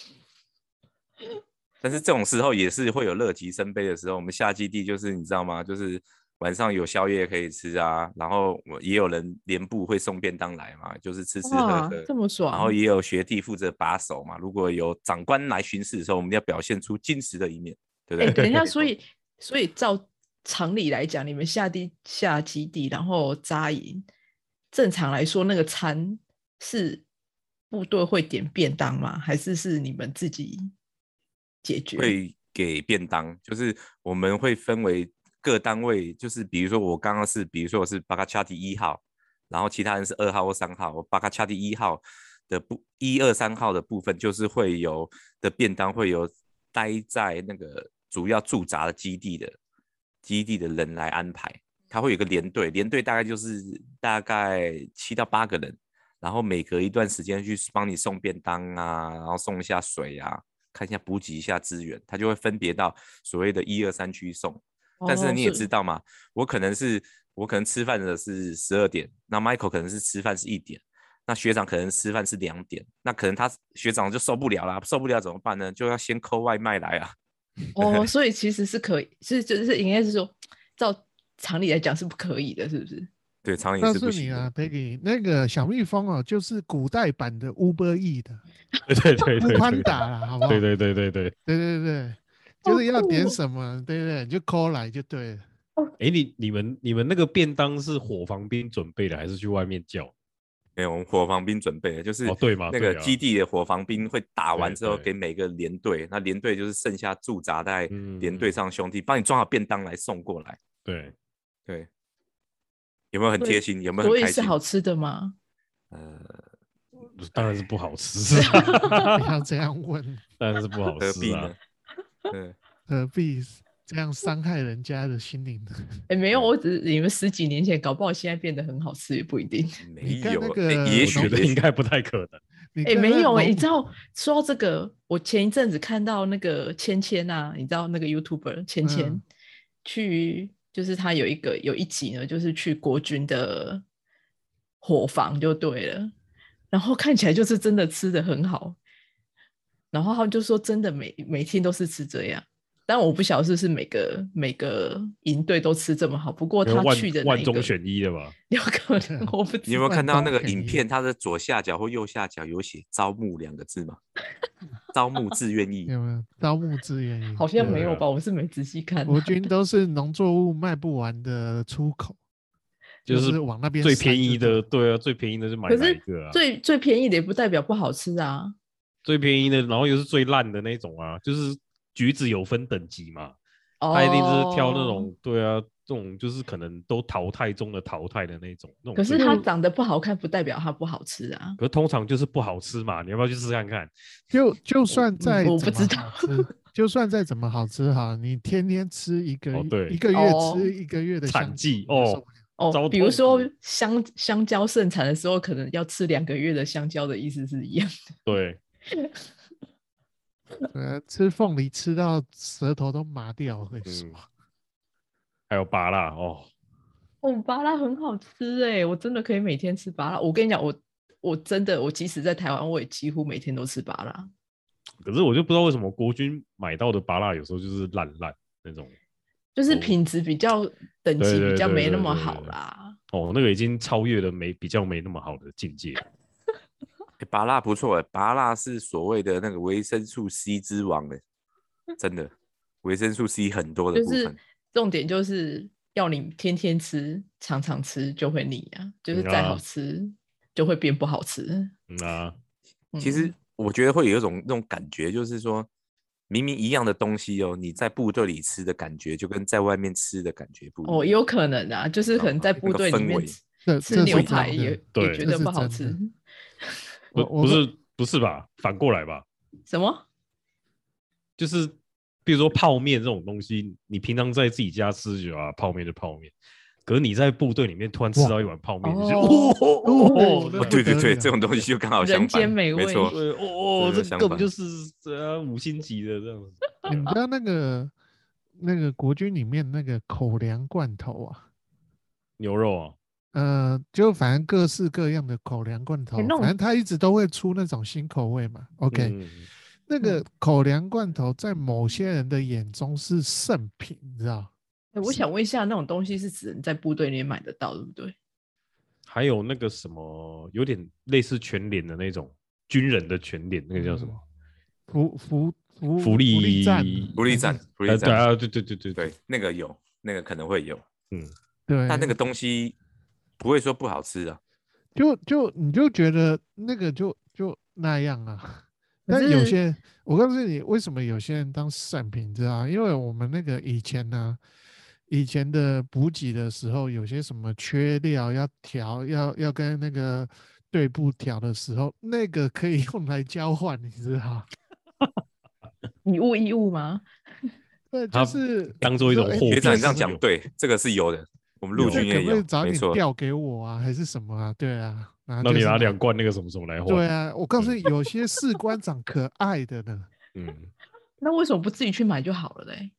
Speaker 1: 但是这种时候也是会有乐极生悲的时候。我们夏基地就是你知道吗？就是晚上有宵夜可以吃啊，然后我也有人连部会送便当来嘛，就是吃吃喝
Speaker 2: 哇
Speaker 1: 喝，
Speaker 2: 这。么
Speaker 1: 然后
Speaker 2: 爽！
Speaker 1: 也有学弟负责把守嘛。如果有长官来巡视的时候，我们要表现出矜持的一面，对不
Speaker 2: 哎、
Speaker 1: 对？
Speaker 2: 等一下，所以所以照常理来讲，你们下地下基地，然后扎营，正常来说那个餐是部队会点便当吗？还是是你们自己解决？
Speaker 1: 会给便当，就是我们会分为各单位，就是比如说我刚刚是，比如说我是巴卡恰迪一号，然后其他人是二号或三号，我巴卡恰迪一号的部一二三号的部分，就是会有的便当会有待在那个主要驻扎的基地的基地的人来安排，他会有个连队，连队大概就是大概七到八个人。然后每隔一段时间去帮你送便当啊，然后送一下水啊，看一下补给一下资源，它就会分别到所谓的一二三区送。但是
Speaker 2: 哦
Speaker 1: 你也
Speaker 2: 是
Speaker 1: 知道嘛，我可能是我可能吃饭的是十二点，那 Michael 可能是吃饭是一点，那学长可能吃饭是两点，那可能他学长就受不了啦，受不了怎么办呢？就要先扣外卖来啊。
Speaker 2: 哦，所以其实是可以，是就是应该是说，照常理来讲是不可以的，是不是？
Speaker 1: 对，长野
Speaker 4: 告
Speaker 1: 是
Speaker 4: 诉
Speaker 1: 不行
Speaker 4: 你
Speaker 1: 的
Speaker 3: 嗯
Speaker 4: 啊。，Peggy，那个小蜜蜂哦，就是古代版的 Uber E 的
Speaker 3: 对对对对
Speaker 4: u
Speaker 3: 对
Speaker 4: 宽哦打啦，好不好？
Speaker 3: 对对对对对。
Speaker 4: 对对对，
Speaker 2: 好
Speaker 4: 就是要点
Speaker 2: 酷哦
Speaker 4: 什么，对不对？你就 call 来就对 了。
Speaker 3: 哎，你你们你们那个便当是伙房兵准备的，还是去外面叫？
Speaker 1: 没有，我们火防兵准备的就是
Speaker 3: 哦对嘛
Speaker 1: 那
Speaker 3: 对
Speaker 1: 个
Speaker 3: 啊
Speaker 1: 基地的火防兵会打完
Speaker 3: 对
Speaker 1: 之后
Speaker 3: 对
Speaker 1: 给每个连队，那连队就是剩下驻扎在
Speaker 3: 嗯
Speaker 1: 连队上的兄弟，帮你装好便当来送过来。
Speaker 3: 对，
Speaker 1: 对，有没有很
Speaker 2: 所以
Speaker 1: 贴心？有没有
Speaker 2: 所
Speaker 1: 很
Speaker 2: 以
Speaker 1: 开
Speaker 2: 是
Speaker 1: 心？
Speaker 2: 好吃的吗？
Speaker 1: 呃，
Speaker 3: 当然是不好吃，啊
Speaker 4: 不要这样问，
Speaker 3: 当然是不好
Speaker 1: 哎何
Speaker 3: 吃
Speaker 1: 必
Speaker 3: 啊
Speaker 1: 呢。？ 嗯，
Speaker 4: 何必这样伤害人家的心灵呢？
Speaker 2: 哎、没
Speaker 1: 嗯
Speaker 2: 有，我只是你们十几年前，搞不好现在变得很好吃也不一定。
Speaker 1: 没
Speaker 4: 你看
Speaker 1: 有
Speaker 4: 那
Speaker 1: 欸，
Speaker 4: 个
Speaker 1: 也
Speaker 3: 我
Speaker 1: 许
Speaker 3: 觉得
Speaker 1: 也
Speaker 3: 应
Speaker 1: 许
Speaker 3: 该不太可能。
Speaker 4: 你
Speaker 2: 哎、
Speaker 4: 看
Speaker 2: 没
Speaker 4: 那
Speaker 2: 有哎、
Speaker 4: 农
Speaker 2: 你知道说到这个，我前一阵子看到那个芊芊啊，你知道那个 YouTuber 芊芊、
Speaker 4: 嗯
Speaker 2: 去，就是他有一个有一集呢，就是去国军的伙房就对了，然后看起来就是真的吃的很好，然后他们就说真的每每天都是吃这样。但我不晓得是不是每个每个营队都吃这么好，不过
Speaker 3: 没有
Speaker 2: 他
Speaker 3: 万
Speaker 2: 去的那
Speaker 3: 万
Speaker 2: 一
Speaker 3: 中
Speaker 2: 个
Speaker 3: 选一的吧？
Speaker 2: 有可能我不
Speaker 1: 你
Speaker 2: 知
Speaker 1: 有没有
Speaker 4: 万
Speaker 1: 看到那
Speaker 4: 中
Speaker 1: 个
Speaker 4: 选
Speaker 1: 影
Speaker 4: 一
Speaker 1: 片？它的左下角或右下角有写“招募”两个字吗？招募志愿 役，
Speaker 4: 有没有招募资源营？
Speaker 2: 好像没
Speaker 3: 对
Speaker 2: 有
Speaker 3: 啊
Speaker 2: 吧，我是没仔细看啊。
Speaker 4: 国军都是农作物卖不完的出口，
Speaker 3: 就
Speaker 4: 就是
Speaker 3: 是
Speaker 4: 往那边
Speaker 3: 最
Speaker 4: 塞
Speaker 3: 便
Speaker 4: 就
Speaker 3: 宜
Speaker 4: 对
Speaker 3: 的，
Speaker 4: 了
Speaker 3: 对啊，最便宜的就买
Speaker 2: 可
Speaker 3: 哪
Speaker 2: 是
Speaker 3: 一个啊？
Speaker 2: 最最便宜的也不代表不好吃啊。
Speaker 3: 最便宜的，然后又是最烂的那种啊，就是橘子有分等级嘛，
Speaker 2: 哦，
Speaker 3: 他一定是挑那种，对啊，这种就是可能都淘汰中的淘汰的那种。那种
Speaker 2: 可是
Speaker 3: 最
Speaker 2: 它
Speaker 3: 便宜
Speaker 2: 长得不好看，不代表它不好吃啊。
Speaker 3: 可是通常就是不好吃嘛，你要不要去试看看？
Speaker 4: 就就算再
Speaker 2: 我
Speaker 4: 怎
Speaker 2: 不
Speaker 4: 么
Speaker 2: 知道
Speaker 4: 好吃，就算再怎么好吃哈，你天天吃一个
Speaker 3: 哦
Speaker 4: 月
Speaker 3: 对
Speaker 4: 一个月
Speaker 2: 哦
Speaker 4: 吃一个月的
Speaker 3: 产
Speaker 4: 香
Speaker 3: 季
Speaker 4: 菇你就
Speaker 3: 哦
Speaker 4: 受不了
Speaker 2: 哦，
Speaker 3: 糟
Speaker 2: 比如
Speaker 3: 透
Speaker 2: 说
Speaker 3: 了
Speaker 2: 香香蕉盛产的时候，可能要吃两个月的香蕉的意思是一 样的。
Speaker 3: 对，
Speaker 4: 对啊吃凤梨吃到舌头都麻掉，我跟你说
Speaker 3: 嗯，还有芭辣哦，
Speaker 2: 欸哦，芭拉很好吃哎、我真的可以每天吃芭拉。我跟你讲，我我真的我即使在台湾，我也几乎每天都吃芭拉。
Speaker 3: 可是我就不知道为什么国军买到的芭辣有时候就是烂烂那种，
Speaker 2: 就是
Speaker 3: 哦
Speaker 2: 品质比较等级
Speaker 3: 对
Speaker 2: 比较
Speaker 3: 对
Speaker 2: 没那
Speaker 3: 对
Speaker 2: 么
Speaker 3: 对
Speaker 2: 好
Speaker 3: 对
Speaker 2: 啦。
Speaker 3: 哦，那个已经超越了没比较没那么好的境界。
Speaker 1: 欸拔蜡不错哎、拔蜡是所谓的那个维生素 C 之王哎、真的，维生素 C 很多的
Speaker 2: 就
Speaker 1: 部分。
Speaker 2: 是重点就是要你天天吃，常常吃就会腻啊，就是
Speaker 3: 嗯
Speaker 2: 再
Speaker 3: 啊
Speaker 2: 好吃就会变不好吃。
Speaker 3: 嗯啊，
Speaker 1: 其实
Speaker 2: 嗯
Speaker 1: 我觉得会有一种那种感觉，就是说，明明一样的东西哦，你在部队里吃的感觉，就跟在外面吃的感觉不
Speaker 2: 哦，
Speaker 1: 一
Speaker 2: 也
Speaker 1: 样。
Speaker 2: 有可能啊，就是可能在
Speaker 1: 那个
Speaker 2: 部队里
Speaker 1: 氛
Speaker 2: 面
Speaker 1: 围
Speaker 2: 吃
Speaker 4: 这
Speaker 2: 吃
Speaker 4: 这
Speaker 2: 牛
Speaker 4: 是
Speaker 2: 排
Speaker 4: 真的
Speaker 2: 也 也
Speaker 3: 对
Speaker 2: 觉
Speaker 4: 这
Speaker 2: 得
Speaker 4: 是
Speaker 2: 不好
Speaker 4: 真
Speaker 2: 吃
Speaker 4: 的。
Speaker 3: 不
Speaker 4: 我我
Speaker 3: 不是不是吧？反过来吧，
Speaker 2: 什么？
Speaker 3: 就是比如说泡面这种东西，你平常在自己家吃就啊，泡面就泡面。可是你在部队里面突然吃
Speaker 4: 哇
Speaker 3: 到一碗泡面，你就
Speaker 2: 哦
Speaker 3: 哦哦哦，
Speaker 4: 对
Speaker 1: 哦
Speaker 3: 那
Speaker 1: 对对
Speaker 4: 不得
Speaker 1: 对，
Speaker 4: 了
Speaker 1: 这种东西就刚好
Speaker 2: 人
Speaker 1: 相反，
Speaker 2: 间美
Speaker 1: 没
Speaker 2: 味
Speaker 1: 错。
Speaker 4: 嗯
Speaker 3: 对哦哦，
Speaker 1: 这
Speaker 3: 这
Speaker 1: 个相
Speaker 3: 根
Speaker 1: 反
Speaker 3: 本就是呃五星级的这样子。
Speaker 4: 你们知道那个那个国军里面那个口粮罐头啊，
Speaker 3: 牛肉啊，
Speaker 4: 呃，就反正各式各样的口粮罐头，
Speaker 2: 那种
Speaker 4: 反正它一直都会出那种新口味嘛。OK，、
Speaker 3: 嗯
Speaker 4: 那个口粮罐头在某些人的眼中是圣品，你知道？
Speaker 2: 哎我想问一下，那种东西是只能在部队里面买得到，对不对？
Speaker 3: 还有那个什么，有点类似全脸的那种军人的全脸，那个叫
Speaker 1: 嗯
Speaker 3: 什么？呃
Speaker 4: 福福福
Speaker 3: 福利
Speaker 4: 利站，
Speaker 1: 福利展，福利
Speaker 3: 呃，对
Speaker 1: 展，
Speaker 3: 啊，对对对对
Speaker 1: 对，那个有，那个可能会有，
Speaker 4: 对，
Speaker 1: 但那个东西不会说不好吃啊。
Speaker 4: 就就你就觉得那个就就那样啊。
Speaker 2: 可
Speaker 4: 但有
Speaker 2: 是
Speaker 4: 些，我告诉你，为什么有些人当善品，你知道吗？因为我们那个以前呢、以前的补给的时候，有些什么缺料要调，要要跟那个队部调的时候，那个可以用来交换，你知道吗？
Speaker 2: 以物易物吗？
Speaker 4: 对，
Speaker 3: 它
Speaker 4: 就是
Speaker 3: 当做一种
Speaker 4: 说哎
Speaker 3: 货我
Speaker 1: 学
Speaker 3: 币
Speaker 1: 长，你
Speaker 3: 是
Speaker 1: 这样
Speaker 3: 有
Speaker 1: 讲对，这个是有的，我们陆
Speaker 3: 有
Speaker 4: 这
Speaker 1: 军也
Speaker 4: 可不可以
Speaker 1: 有，
Speaker 4: 找
Speaker 1: 没
Speaker 4: 你
Speaker 1: 错。
Speaker 4: 调给我啊，还是什么啊？对啊，然后
Speaker 3: 那
Speaker 4: 就
Speaker 3: 你
Speaker 4: 是
Speaker 3: 拿
Speaker 4: 那
Speaker 3: 两罐那个什么什么来换？
Speaker 4: 对啊，我告诉
Speaker 3: 嗯
Speaker 4: 你， 有些士官长可爱的呢，
Speaker 3: 嗯，
Speaker 2: 那为什么不自己去买就好了嘞？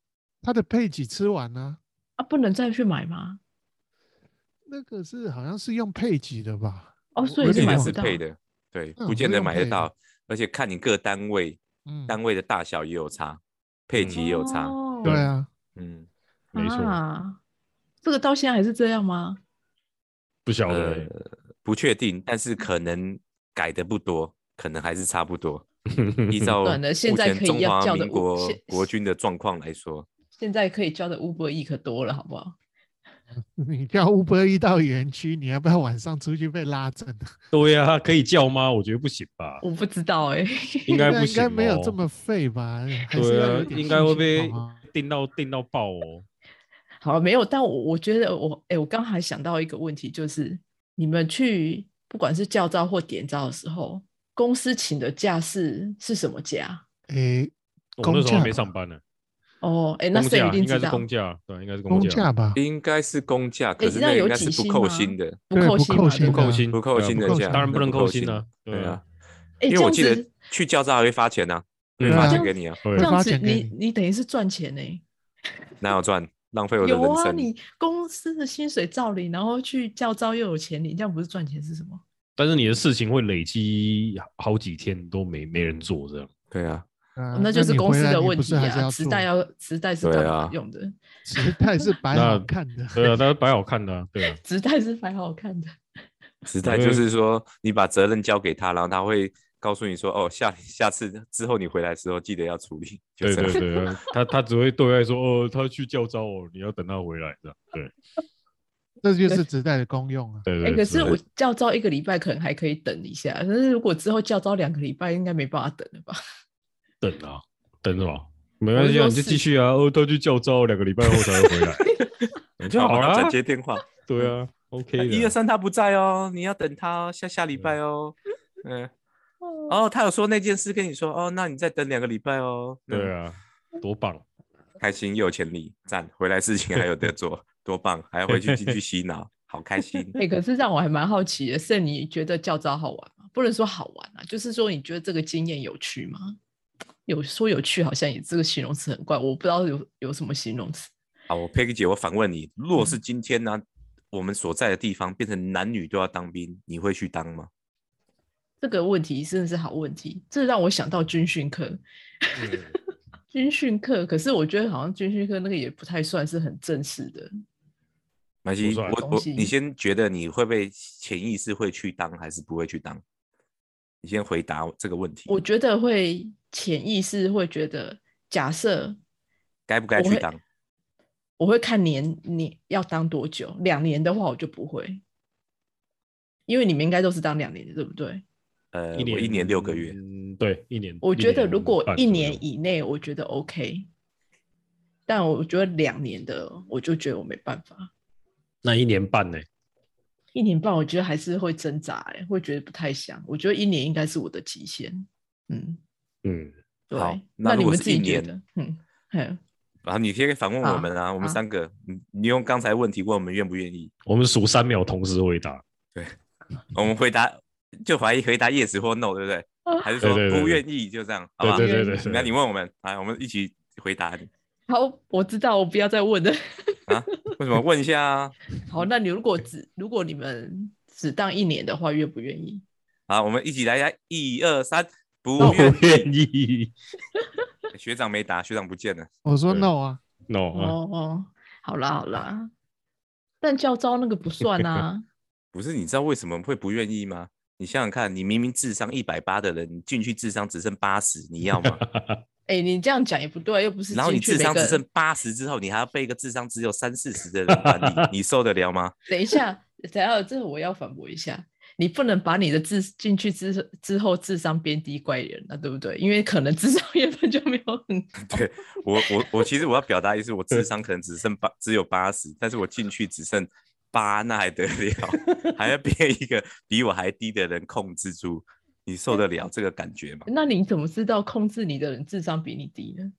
Speaker 4: 他的配给吃完呢、
Speaker 2: 啊，不能再去买吗？
Speaker 4: 那个是好像是用配给的吧？
Speaker 2: 哦，所
Speaker 4: 我
Speaker 1: 而
Speaker 2: 以
Speaker 4: 有
Speaker 2: 是
Speaker 1: 且
Speaker 4: 点
Speaker 1: 也
Speaker 4: 忘
Speaker 2: 买
Speaker 1: 是
Speaker 2: 不
Speaker 4: 了
Speaker 2: 到。
Speaker 1: 配的，对，
Speaker 4: 嗯
Speaker 1: 不见
Speaker 4: 会
Speaker 1: 得
Speaker 4: 用
Speaker 1: 买得
Speaker 4: 配的
Speaker 1: 到，而且看你各单位
Speaker 4: 嗯，
Speaker 1: 单位的大小也有差，配
Speaker 3: 嗯
Speaker 1: 给也有差，
Speaker 2: 哦
Speaker 4: 对啊，
Speaker 1: 嗯，
Speaker 3: 没错，
Speaker 2: 啊，这个到现在还是这样吗？
Speaker 3: 不
Speaker 4: 哦
Speaker 3: 晓得
Speaker 1: 呃
Speaker 3: 欸。，
Speaker 1: 不确定，但是可能改的不多，可能还是差不多。
Speaker 3: 欸
Speaker 1: 依照
Speaker 2: 算了现
Speaker 1: 目
Speaker 2: 在
Speaker 1: 前
Speaker 2: 可以
Speaker 1: 中
Speaker 2: 要
Speaker 1: 华
Speaker 2: 叫的
Speaker 1: 民
Speaker 2: 物
Speaker 1: 国
Speaker 2: 现
Speaker 1: 国军的状况来说，
Speaker 2: 现在可以交的 Uber E 可多了，好不好？
Speaker 4: 你叫 Uber 一到园区，你要不要晚上出去被拉正？
Speaker 3: 对啊，可以叫吗？我觉得不行吧，
Speaker 2: 我不知道哎、
Speaker 3: 应该不
Speaker 4: 那应
Speaker 3: 行
Speaker 4: 该
Speaker 3: 哦。
Speaker 4: 没有这么 废吧？还是
Speaker 3: 对
Speaker 4: 要
Speaker 3: 啊
Speaker 4: 有，点
Speaker 3: 应该会
Speaker 4: 信心
Speaker 3: 被
Speaker 4: 好啊吗
Speaker 3: 定到定到爆哦。
Speaker 2: 好了，没有，但我我觉得我哎、我刚还想到一个问题，就是你们去不管是教招或点招的时候，公司请的假是是什么假？
Speaker 4: 诶，
Speaker 3: 我那时候
Speaker 4: 公
Speaker 3: 还
Speaker 4: 价
Speaker 3: 没
Speaker 4: 吧
Speaker 3: 上班呢，
Speaker 2: 哦，哎、那
Speaker 3: 公
Speaker 2: 谁
Speaker 3: 假
Speaker 2: 一定
Speaker 3: 应
Speaker 2: 知
Speaker 3: 该是
Speaker 2: 道？
Speaker 3: 公假，对，应该是
Speaker 4: 公
Speaker 3: 假
Speaker 4: 价，吧？
Speaker 1: 应该是公价，可
Speaker 2: 诶
Speaker 1: 是
Speaker 2: 那
Speaker 1: 那个
Speaker 2: 有
Speaker 1: 应该
Speaker 2: 几
Speaker 1: 是不
Speaker 2: 薪
Speaker 1: 扣
Speaker 2: 吗
Speaker 1: 薪的，
Speaker 2: 不
Speaker 4: 对
Speaker 2: 扣
Speaker 4: 不
Speaker 2: 薪
Speaker 4: 扣
Speaker 2: 嘛，
Speaker 4: 薪
Speaker 2: 对
Speaker 3: 不扣
Speaker 2: 不对
Speaker 4: 的
Speaker 3: 薪，
Speaker 1: 不扣
Speaker 3: 对啊
Speaker 1: 薪
Speaker 4: 不
Speaker 1: 的
Speaker 4: 扣
Speaker 1: 价，
Speaker 4: 薪
Speaker 3: 当然不能
Speaker 1: 不
Speaker 3: 扣
Speaker 1: 薪
Speaker 3: 薪啊。对
Speaker 1: 对
Speaker 3: 啊
Speaker 1: 啊，
Speaker 2: 哎、
Speaker 1: 因为
Speaker 2: 这
Speaker 1: 我
Speaker 2: 样
Speaker 1: 记得
Speaker 2: 子
Speaker 1: 去教招还会发钱呢，会
Speaker 4: 对
Speaker 1: 发
Speaker 4: 啊
Speaker 1: 钱给你啊，
Speaker 3: 对
Speaker 2: 这
Speaker 4: 会
Speaker 2: 样
Speaker 4: 发
Speaker 2: 子
Speaker 4: 钱给
Speaker 2: 你
Speaker 4: 你
Speaker 2: 你等于是赚钱呢、
Speaker 1: 哪有赚？浪费我的
Speaker 2: 有
Speaker 1: 人
Speaker 2: 啊，
Speaker 1: 生。
Speaker 2: 你公司的薪水照领，然后去教招又有钱领，这样不是赚钱是什么？
Speaker 3: 但是你的事情会累积好几天都没没人做这样。
Speaker 1: 对啊，
Speaker 4: 啊
Speaker 2: 哦那就是
Speaker 4: 你
Speaker 2: 公司
Speaker 4: 回来
Speaker 2: 的
Speaker 4: 你
Speaker 2: 问
Speaker 4: 不是
Speaker 2: 题
Speaker 4: 还是
Speaker 2: 啊，
Speaker 4: 要
Speaker 2: 磁
Speaker 4: 做
Speaker 2: 带要磁带是
Speaker 1: 对
Speaker 2: 干
Speaker 1: 啊
Speaker 2: 嘛用的？
Speaker 4: 时代是摆
Speaker 3: 那
Speaker 4: 好看的，
Speaker 3: 对啊，但是摆好看的啊，对啊，
Speaker 2: 磁带是蛮好看的。
Speaker 1: 时代
Speaker 3: 因
Speaker 1: 就
Speaker 3: 为
Speaker 1: 是说，你把责任交给他，然后他会告诉你说，哦，下下次之后你回来的时候记得要处理，就
Speaker 3: 对
Speaker 1: 这样
Speaker 3: 对。对，啊他他只会对外说哦，他去教招哦，你要等他回来这样。对
Speaker 4: 这就是时代的功用啊。
Speaker 3: 对
Speaker 2: 哎、
Speaker 3: 对。
Speaker 2: 可是
Speaker 3: 对
Speaker 2: 我教招一个礼拜可能还可以等一下，但是如果之后教招两个礼拜，应该没办法等了吧？
Speaker 3: 等啊，等什么？没
Speaker 2: 我
Speaker 3: 关
Speaker 2: 是
Speaker 3: 系啊，
Speaker 2: 说
Speaker 3: 你就
Speaker 2: 事
Speaker 3: 继续啊。哦，他去教招，两个礼拜后才会回来，你 就
Speaker 1: 然后
Speaker 3: 好
Speaker 1: 他
Speaker 3: 啦
Speaker 1: 转。接电话，
Speaker 3: 对啊，OK 的。
Speaker 1: 哎一二三他不在哦，你要等他哦，下下礼拜哦。嗯，哦，他有说那件事跟你说，哦，那你再等两个礼拜哦。
Speaker 3: 对
Speaker 1: 啊，
Speaker 3: 啊，多棒！
Speaker 1: 开心又有潜力，赞！回来事情还有得 做，多棒！还要回去继续洗 脑，好开心。
Speaker 2: 哎、可是让我还蛮好奇的，是你觉得教招好玩吗？不能说好玩啊，就是说你觉得这个经验有趣吗？有说有趣，好像也这个形容词很怪，我不知道有有什么形容词。
Speaker 1: 好，我 Peggy 姐，我反问你，若是今天呢、我们所在的地方变成男女都要当兵，你会去当吗？
Speaker 2: 这个问题真的是好问题，这让我想到军训课。
Speaker 1: 嗯
Speaker 2: 军训课，可是我觉得好像军训课那个也不太算是很正式的。
Speaker 1: 马西，
Speaker 3: 算
Speaker 1: 我
Speaker 2: 东
Speaker 1: 我
Speaker 2: 西
Speaker 1: 你先觉得你会不会潜意识会去当还是不会去当？你先回答我这个问题，
Speaker 2: 我觉得会潜意识会觉得，假设
Speaker 1: 该不该
Speaker 2: 我
Speaker 1: 去
Speaker 2: 会
Speaker 1: 当？
Speaker 2: 我会看年你要当多久，两年的话我就不会，因为你们应该都是当两年的，对不对？
Speaker 1: 呃，
Speaker 3: 一
Speaker 1: 我
Speaker 3: 年
Speaker 1: 一年六个月，
Speaker 3: 嗯，对，一年。
Speaker 2: 我觉得如果一年
Speaker 3: 以
Speaker 2: 以内，我觉得 OK，但我觉得两年的，我就觉得我没办法。
Speaker 3: 那一年半呢、
Speaker 2: 一年半，我觉得还是会挣扎、欸，会觉得不太想。我觉得一年应该是我的极限。嗯，
Speaker 3: 嗯，
Speaker 2: 对
Speaker 1: 好。那
Speaker 2: 那
Speaker 1: 如
Speaker 2: 你
Speaker 1: 果
Speaker 2: 们
Speaker 1: 是
Speaker 2: 自
Speaker 1: 一
Speaker 2: 己觉
Speaker 1: 年
Speaker 2: 得？嗯，嘿
Speaker 1: 然后你可以反问我
Speaker 2: 好
Speaker 1: 们啊，我们
Speaker 2: 好
Speaker 1: 三个，你你用刚才问题问我们愿不愿意，
Speaker 3: 我们数三秒同时回答。
Speaker 1: 我们回答就怀疑回答 yes 或 no，对不对？
Speaker 2: 啊
Speaker 1: 还是说
Speaker 3: 对对对
Speaker 1: 不
Speaker 3: 对
Speaker 1: 愿意就这样，好
Speaker 3: 对
Speaker 1: 吧？
Speaker 3: 对对对对，
Speaker 1: 啊那你问我们，来，我们一起回答你
Speaker 2: 好，我知道，我不要再问了。
Speaker 1: 啊？为什么问一下啊？
Speaker 2: 好，那你如果只如果你们只当一年的话，愿不愿意？
Speaker 1: 好，我们一起来来，一二三，不
Speaker 3: 我
Speaker 1: 愿意。
Speaker 3: 愿意。
Speaker 1: 学长没答，学长不见了。
Speaker 4: 我说
Speaker 3: 对
Speaker 4: no 啊，
Speaker 3: no，啊
Speaker 2: 哦哦，好啦好 啦，但教招那个不算啊。
Speaker 1: 不是，你知道为什么会不愿意吗？你想想看，你明明智商一百八的人，你进去智商只剩八十，你要 吗？
Speaker 2: 哎、你这样讲也不对，又不是
Speaker 1: 然后
Speaker 2: 进
Speaker 1: 你
Speaker 2: 去
Speaker 1: 智
Speaker 2: 每
Speaker 1: 商
Speaker 2: 个
Speaker 1: 只剩八十之后，你还要被一个智商只有三四十的人管 理，你受得了吗？
Speaker 2: 等一下，等一下，这我要反驳一下，你不能把你的智进去之之后智商变低怪人了、对不对？因为可能智商原本就没有很？
Speaker 1: 我我我其实我要表达的意思，我智商可能只剩八，只有八十，但是我进去只剩八，那还得了？ 还要被一个比我还低的人控制住，你受得了这个感觉吗
Speaker 2: 那你怎么知道控制你的人智商比你低呢？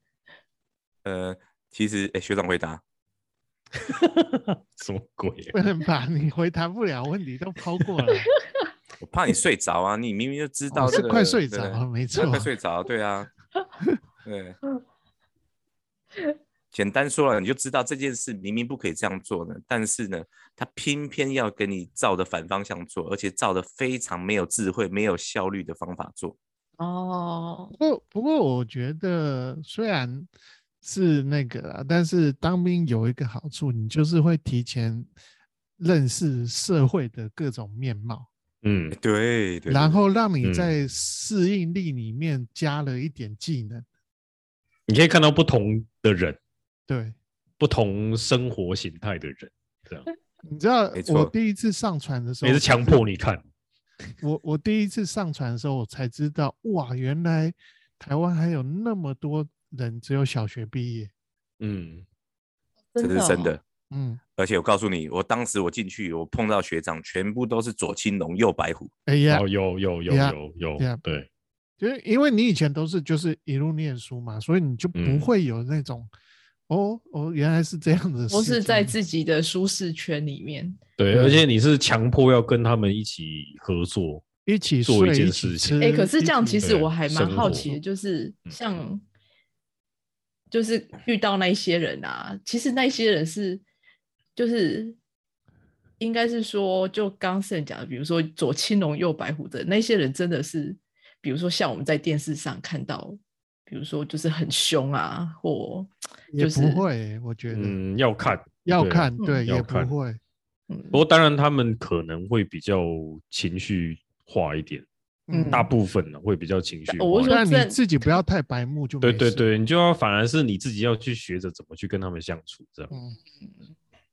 Speaker 1: 呃，其实哎、学长回答，
Speaker 3: 什么鬼啊、
Speaker 4: 不能把你回答不了问题都抛 过来，
Speaker 1: 我怕你睡着啊，你明明就知道、
Speaker 4: 我
Speaker 1: 这
Speaker 4: 哦是
Speaker 1: 个
Speaker 4: 快睡
Speaker 1: 对
Speaker 4: 着了， 没
Speaker 1: 啊
Speaker 4: 错。
Speaker 1: 快睡着，对 啊， 对。简单说了，你就知道这件事明明不可以这样做呢，但是呢，他偏偏要给你照着反方向做，而且照着非常没有智慧、没有效率的方法做。
Speaker 2: 哦
Speaker 4: 不，过，不过我觉得虽然是那个啦，但是当兵有一个好处，你就是会提前认识社会的各种面貌，
Speaker 3: 嗯
Speaker 1: 诶，哎对对。
Speaker 4: 然
Speaker 1: 对
Speaker 4: 后让你
Speaker 3: 嗯
Speaker 4: 在适应力里面加了一点技能。
Speaker 3: 你可以看到不同的人，
Speaker 4: 对，
Speaker 3: 不同生活形态的人，这样
Speaker 4: 你知道
Speaker 1: 没错
Speaker 4: 我第一次上船的时候
Speaker 3: 也是强迫你看。
Speaker 4: 我我第一次上船的时候，我才知道，哇，原来台湾还有那么多人只有小学毕业。
Speaker 3: 嗯，
Speaker 1: 这是真
Speaker 2: 哦
Speaker 1: 的。
Speaker 4: 嗯，
Speaker 1: 而且我告诉你，我当时我进去，我碰到学长，全部都是左青龙右白虎，
Speaker 4: 哎呀
Speaker 3: 哦，，有有有
Speaker 4: Yeah，
Speaker 3: 有有
Speaker 4: yeah，
Speaker 3: 对，
Speaker 4: 就是因为你以前都是就是一路念书嘛，所以你就不
Speaker 3: 嗯
Speaker 4: 会有那种，哦哦，原来是这样的事情。
Speaker 2: 都是在自己的舒适圈里面。
Speaker 3: 对，
Speaker 4: 对
Speaker 3: 而且你是强迫要跟他们一起合作，
Speaker 4: 一起
Speaker 3: 做一
Speaker 4: 睡
Speaker 3: 件
Speaker 4: 一起
Speaker 3: 事情
Speaker 4: 吃。
Speaker 2: 哎、可是
Speaker 4: 一
Speaker 2: 这样
Speaker 4: 起
Speaker 2: 其实
Speaker 3: 对
Speaker 2: 我还蛮
Speaker 3: 生
Speaker 2: 好
Speaker 3: 活
Speaker 2: 奇的，就是
Speaker 3: 嗯
Speaker 2: 像，就是遇到那一些人啊，其实那一些人是，就是应该是说，就刚圣讲的，比如说左青龙右白虎的那些人，真的是，比如说像我们在电视上看到，比如说就是很凶啊，或
Speaker 4: 也
Speaker 2: 就是
Speaker 4: 不会，我觉得
Speaker 3: 嗯，要看。
Speaker 4: 要
Speaker 3: 对啊
Speaker 4: 看，
Speaker 2: 嗯
Speaker 4: 对，
Speaker 3: 要
Speaker 4: 也不
Speaker 3: 看
Speaker 4: 会。
Speaker 2: 嗯
Speaker 3: 不过当然他们可能会比较情绪化一点，
Speaker 2: 嗯
Speaker 3: 大部分呢会比较情绪化
Speaker 2: 我
Speaker 3: 一
Speaker 2: 是
Speaker 3: 点。
Speaker 2: 说
Speaker 4: 但你
Speaker 2: 这
Speaker 4: 自己不要太白目就
Speaker 3: 对
Speaker 4: 没
Speaker 3: 对
Speaker 4: 事，
Speaker 3: 对，你就要反而是你自己要去学着怎么去跟他们相处，这样
Speaker 4: 嗯，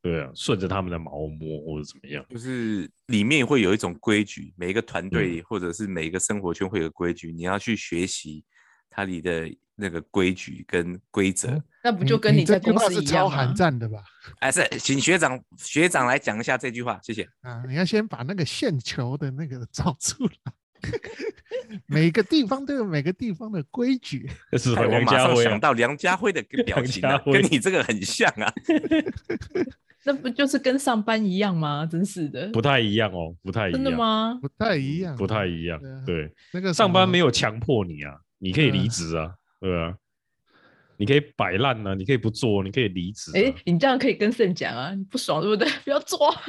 Speaker 3: 对啊，顺着他们的毛摸或者怎么样。
Speaker 1: 就是里面会有一种规矩，每一个
Speaker 3: 嗯
Speaker 1: 团队或者是每一个生活圈会有个规矩，你要去学习它里的那个规矩跟规则
Speaker 4: 嗯。
Speaker 2: 那不就跟
Speaker 4: 你
Speaker 2: 在
Speaker 4: 这句
Speaker 2: 公
Speaker 4: 话
Speaker 2: 司
Speaker 4: 是
Speaker 2: 一样
Speaker 4: 超
Speaker 2: 吗
Speaker 4: 寒？战的吧？
Speaker 1: 哎，是，请学长学长来讲一下这句话，谢谢。
Speaker 4: 啊，你要先把那个线球的那个 找出来，每个地方都有每个地方的规矩。
Speaker 3: 这是
Speaker 1: 哎我
Speaker 3: 梁
Speaker 1: 马
Speaker 3: 家
Speaker 1: 上
Speaker 3: 辉
Speaker 1: 想
Speaker 3: 啊，
Speaker 1: 到梁家辉的表情啊
Speaker 3: 梁，家辉
Speaker 1: 跟你这个很像 啊。
Speaker 2: 那不就是跟上班一样吗？真是的，
Speaker 3: 不太一样哦，不太一样，
Speaker 2: 真的吗？
Speaker 4: 不太
Speaker 3: 嗯
Speaker 4: 一样，
Speaker 3: 不太一样
Speaker 4: 对啊。
Speaker 3: 对，
Speaker 4: 那个
Speaker 3: 上班没
Speaker 4: 有
Speaker 3: 有强迫你啊，你可以
Speaker 2: 嗯
Speaker 3: 离职啊，对啊，你可以摆烂啊，你可以不做，你可以离职啊。
Speaker 2: 哎、你这样可以跟圣讲啊，你不爽对不对？不要做啊。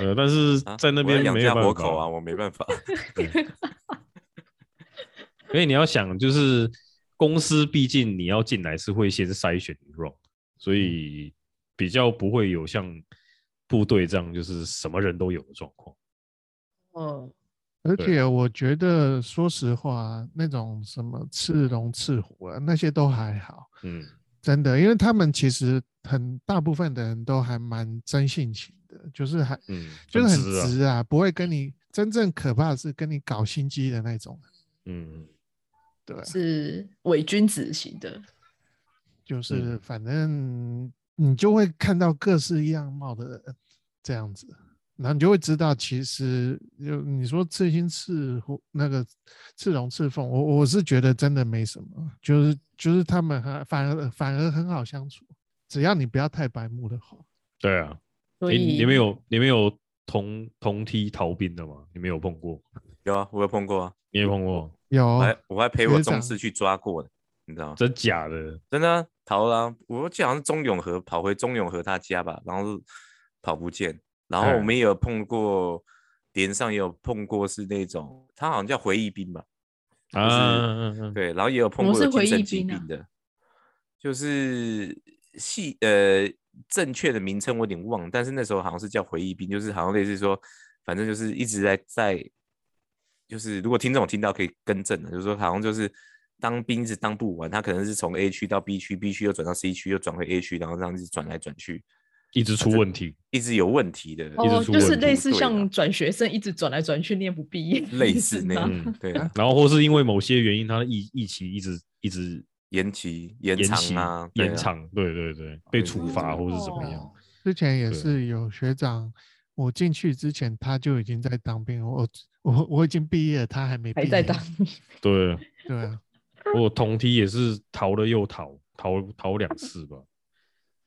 Speaker 3: 呃，但是
Speaker 1: 啊
Speaker 3: 在那
Speaker 1: 我要
Speaker 3: 边
Speaker 1: 养
Speaker 3: 没有
Speaker 1: 家
Speaker 3: 办
Speaker 1: 活
Speaker 3: 法
Speaker 1: 口啊，我没办 法。
Speaker 3: 因为你要想，就是公司毕竟你要进来是会先筛选 r o n
Speaker 1: 嗯
Speaker 3: 所以比较不会有像部队这样就是什么人都有的状况。
Speaker 2: 嗯，
Speaker 4: 而
Speaker 3: 对
Speaker 4: 且我觉得，说实话，那种什么赤龙、赤虎啊，那些都还好，
Speaker 3: 嗯，
Speaker 4: 真的，因为他们其实很大部分的人都还蛮真性情的，就是还、
Speaker 3: 嗯
Speaker 4: 就是
Speaker 3: 很
Speaker 4: 很
Speaker 3: 直啊
Speaker 4: 直啊，不会跟你真正可怕的是跟你搞心机的那种，
Speaker 3: 嗯，
Speaker 4: 对啊，
Speaker 2: 是伪君子型的，
Speaker 1: 嗯
Speaker 4: 就是反正你就会看到各式样貌的人这样子，然后你就会知道，其实就你说赤心赤虎那个赤龙赤凤，我我是觉得真的没什么，就是就是他们还反而反而很好相处，只要你不要太白目的话。
Speaker 3: 对啊。
Speaker 2: 所
Speaker 3: 诶
Speaker 2: 以
Speaker 3: 你们有你们有同同梯逃兵的吗？你们有碰过？
Speaker 1: 有啊，我有碰过啊，
Speaker 3: 你也碰过？
Speaker 4: 有
Speaker 1: 我还我还陪我
Speaker 4: 学
Speaker 1: 同
Speaker 4: 长
Speaker 1: 事去抓过的，你知道吗？
Speaker 3: 真假的？
Speaker 1: 真的啊逃了啊、我记得好像中永和跑回中永和他家吧，然后跑不见，然后我
Speaker 3: 嗯
Speaker 1: 们也有碰过，连上也有碰过是那种他好像叫回忆兵吧，
Speaker 3: 啊，嗯嗯嗯
Speaker 1: 对，然后也有碰
Speaker 2: 我
Speaker 1: 过
Speaker 2: 是
Speaker 1: 有精
Speaker 2: 回忆
Speaker 1: 神疾
Speaker 2: 兵啊
Speaker 1: 病的，就是系呃正确的名称我有点忘了，但是那时候好像是叫回忆兵，就是好像类似说，反正就是一直在在，就是如果听众有听到可以更正的，就是说好像就是当兵一直当不完，他可能是从 A 区到 B 区，B 区又转到 C 区，又转回 A 区，然后这样子转来转去，
Speaker 3: 一直出问题。
Speaker 1: 一直有问题的，
Speaker 3: 直
Speaker 2: 哦，
Speaker 3: 出
Speaker 2: 就
Speaker 3: 问
Speaker 2: 是
Speaker 3: 题
Speaker 2: 类似
Speaker 1: 对啦
Speaker 2: 像转学生一直转来转去念不 毕业，
Speaker 1: 类似那
Speaker 2: 吗
Speaker 1: 种
Speaker 3: 嗯，
Speaker 1: 对
Speaker 4: 啊
Speaker 3: 然后或是因为某些原因，他的疫疫情一直一直
Speaker 1: 延期延
Speaker 3: 延
Speaker 1: 长
Speaker 3: 期
Speaker 1: 啊，嗯对
Speaker 3: 延
Speaker 1: 啊，
Speaker 3: 长，对对对，被处罚或是怎么样
Speaker 2: 哦？
Speaker 4: 之前也
Speaker 3: 对
Speaker 4: 是有学长，我进去之前他就已经在当兵，我我我已经毕业了，他还没毕
Speaker 2: 还
Speaker 4: 业，
Speaker 2: 在当兵，
Speaker 3: 对，
Speaker 4: 对啊，
Speaker 3: 我同梯也是逃了又逃，逃逃两次吧。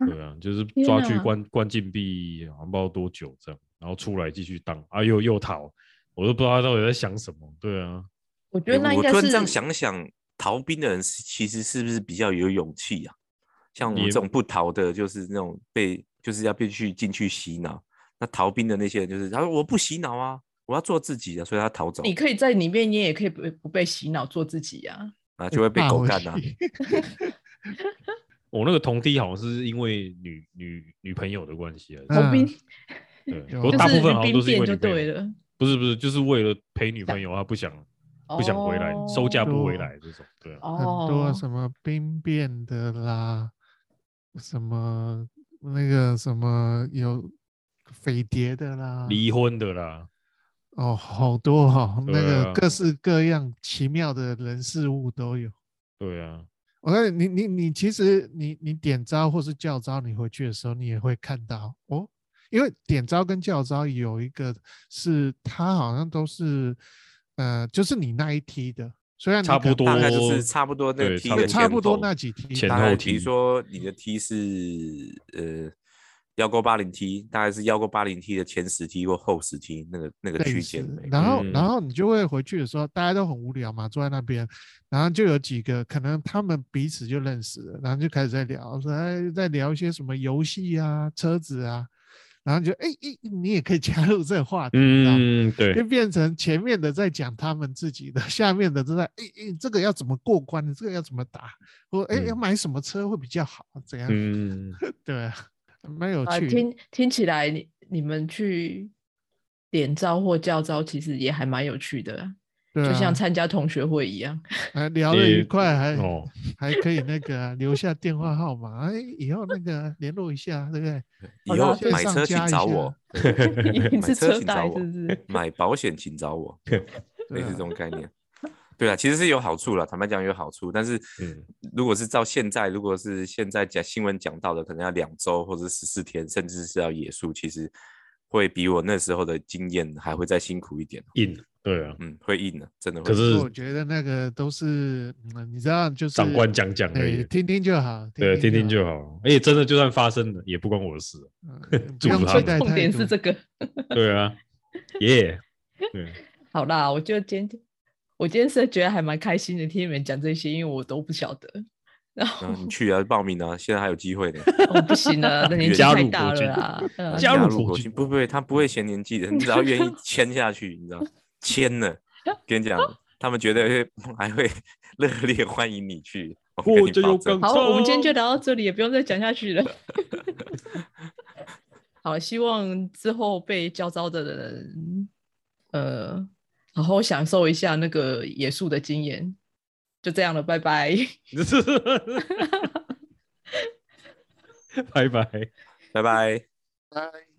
Speaker 3: 对啊，就是
Speaker 2: 嗯天
Speaker 3: 抓去
Speaker 2: 哪
Speaker 3: 关关禁闭，好像不知道多久这样，然后出来继续当啊，又又逃，我都不知道他到底在想什么。对啊，
Speaker 2: 我觉
Speaker 1: 欸
Speaker 2: 得那应
Speaker 1: 我
Speaker 2: 该
Speaker 1: 突然
Speaker 2: 是
Speaker 1: 这样想想，逃兵的人是其实是不是比较有勇气啊？像我们
Speaker 3: 也
Speaker 1: 这种不逃的，就是那种被就是要被去进去洗脑。那逃兵的那些人就是，他说我不洗脑啊，我要做自己的，所以他逃走，
Speaker 2: 你可以在里面，你也可以不不被洗脑做自己啊。
Speaker 1: 啊就会被
Speaker 4: 骂
Speaker 1: 狗
Speaker 4: 回
Speaker 1: 干啊。
Speaker 4: 去
Speaker 3: 我那个同梯好像是因为女女女朋友的关系啊，
Speaker 4: 嗯
Speaker 2: 逃兵
Speaker 3: 对，不
Speaker 4: 有
Speaker 3: 过
Speaker 4: 就
Speaker 3: 大部
Speaker 2: 是
Speaker 3: 分好像
Speaker 2: 兵
Speaker 3: 都是因
Speaker 2: 变
Speaker 3: 为
Speaker 2: 就
Speaker 3: 女朋友
Speaker 2: 对了，
Speaker 3: 不是不是，就是为了陪女朋友，他不想不想回来，收假不回
Speaker 4: 哦
Speaker 3: 来这种，对啊，
Speaker 4: 很多
Speaker 2: 哦，
Speaker 4: 什么兵变的啦，什么那个什么有匪谍的啦，
Speaker 3: 离婚的啦，
Speaker 4: 哦，好多哦，那
Speaker 3: 对啊
Speaker 4: 个各式各样奇妙的人事物都有。
Speaker 3: 对啊，
Speaker 4: 我告诉你，你你你其实你你点招或是教招，你回去的时候你也会看到哦，因为点招跟教招有一个是它好像都是，呃，就是你那一梯的，虽然你
Speaker 3: 差
Speaker 4: 可能
Speaker 3: 不多
Speaker 1: 大概就是差不多那
Speaker 3: 对
Speaker 1: 个梯
Speaker 3: 差不
Speaker 1: 的
Speaker 3: 多
Speaker 4: 差不
Speaker 1: 前
Speaker 4: 多那
Speaker 1: 后
Speaker 4: 几梯，
Speaker 3: 前
Speaker 1: 大
Speaker 3: 后
Speaker 1: 概
Speaker 3: 梯
Speaker 1: 比如说你的梯是呃幺勾八零梯，大概是幺勾八零梯的前十梯或后十梯那个那个
Speaker 4: 类
Speaker 1: 区间
Speaker 4: 似
Speaker 1: 而已。
Speaker 4: 然后，
Speaker 3: 嗯
Speaker 4: 然后你就会回去的时候，大家都很无聊嘛，坐在那边，然后就有几个可能他们彼此就认识了，然后就开始在聊，说哎，在聊一些什么游戏啊、车子啊，然后就哎哎，你也可以加入这个话题，你知道吗
Speaker 3: 嗯，对
Speaker 4: 就，变成前面的在讲他们自己的，下面的都在哎哎，这个要怎么过关，这个要怎么打，或哎要
Speaker 3: 嗯
Speaker 4: 买什么车会比较好，怎样？
Speaker 3: 嗯，
Speaker 4: 对啊，蛮有
Speaker 2: 啊，
Speaker 4: 趣的。
Speaker 2: 听听起来你你们去点招或教招，其实也还蛮有趣的啊，
Speaker 4: 对
Speaker 2: 就像
Speaker 4: 啊
Speaker 2: 参加同学会一样。
Speaker 4: 哎聊得愉
Speaker 3: 也
Speaker 4: 快，还
Speaker 3: 哦，
Speaker 4: 还可以那个啊、留下电话号码，哎，以后那个联络一下，对不对？
Speaker 1: 以
Speaker 2: 好
Speaker 1: 后
Speaker 2: 的
Speaker 1: 买
Speaker 4: 线
Speaker 1: 车
Speaker 4: 上
Speaker 1: 请
Speaker 4: 加一
Speaker 1: 找
Speaker 4: 下
Speaker 1: 我，
Speaker 2: 你
Speaker 1: 买
Speaker 2: 是
Speaker 1: 车
Speaker 2: 车
Speaker 1: 请找
Speaker 2: 贷
Speaker 1: 我
Speaker 2: 是 不是？
Speaker 1: 买保险请找我。类
Speaker 4: 对
Speaker 1: 似这
Speaker 4: 啊，
Speaker 1: 种概念。对啊，其实是有好处了，坦白讲有好处，但是
Speaker 3: 嗯
Speaker 1: 如果是照现在，如果是现在讲新闻讲到的，可能要两周或者十四天，甚至是要野宿，其实会比我那时候的经验还会再辛苦一点。
Speaker 3: 硬，对啊，
Speaker 1: 嗯，会硬的，真的会
Speaker 3: 可
Speaker 1: 硬。
Speaker 3: 是
Speaker 4: 我觉得那个都是，嗯、你知道，就是
Speaker 3: 长官讲讲而
Speaker 4: 对，
Speaker 3: 已，
Speaker 4: 听听就好，
Speaker 3: 对，啊听听
Speaker 4: 哎听
Speaker 3: 就好，而且真的就算发生了，也不关我的事，
Speaker 4: 好，嗯
Speaker 3: 祝
Speaker 4: 不用
Speaker 3: 福他
Speaker 4: 期
Speaker 3: 们
Speaker 4: 待
Speaker 2: 重
Speaker 4: 太
Speaker 2: 点是
Speaker 4: 多
Speaker 2: 这。个。
Speaker 3: 对 啊，耶，对，啊
Speaker 2: 好啦，我就今天我今天是觉得还蛮开心的，听你们讲这些，因为我都不晓得。然后
Speaker 1: 然后你去啊，报名啊，现在还有机会呢。
Speaker 2: 哦不行了，那年纪
Speaker 1: 加
Speaker 2: 太
Speaker 3: 入
Speaker 2: 大
Speaker 3: 国
Speaker 2: 了
Speaker 3: 军
Speaker 2: 啦，对啊
Speaker 3: 加入
Speaker 1: 入
Speaker 3: 国
Speaker 1: 国
Speaker 3: 军
Speaker 1: 军，不不会，他不会嫌年纪的，你只要愿意签下去，你知道，签了，跟你讲，他们绝对会 还会热烈欢迎你去。我跟
Speaker 3: 我
Speaker 1: 你
Speaker 3: 这
Speaker 1: 保
Speaker 3: 有
Speaker 1: 证
Speaker 3: 更，
Speaker 2: 好，我们今天就聊到这里，也不用再讲下去了。好，希望之后被教招的人，呃，好好享受一下那个野宿的经验。就这样了，拜拜。
Speaker 3: 拜拜。
Speaker 1: 拜拜。
Speaker 4: 拜。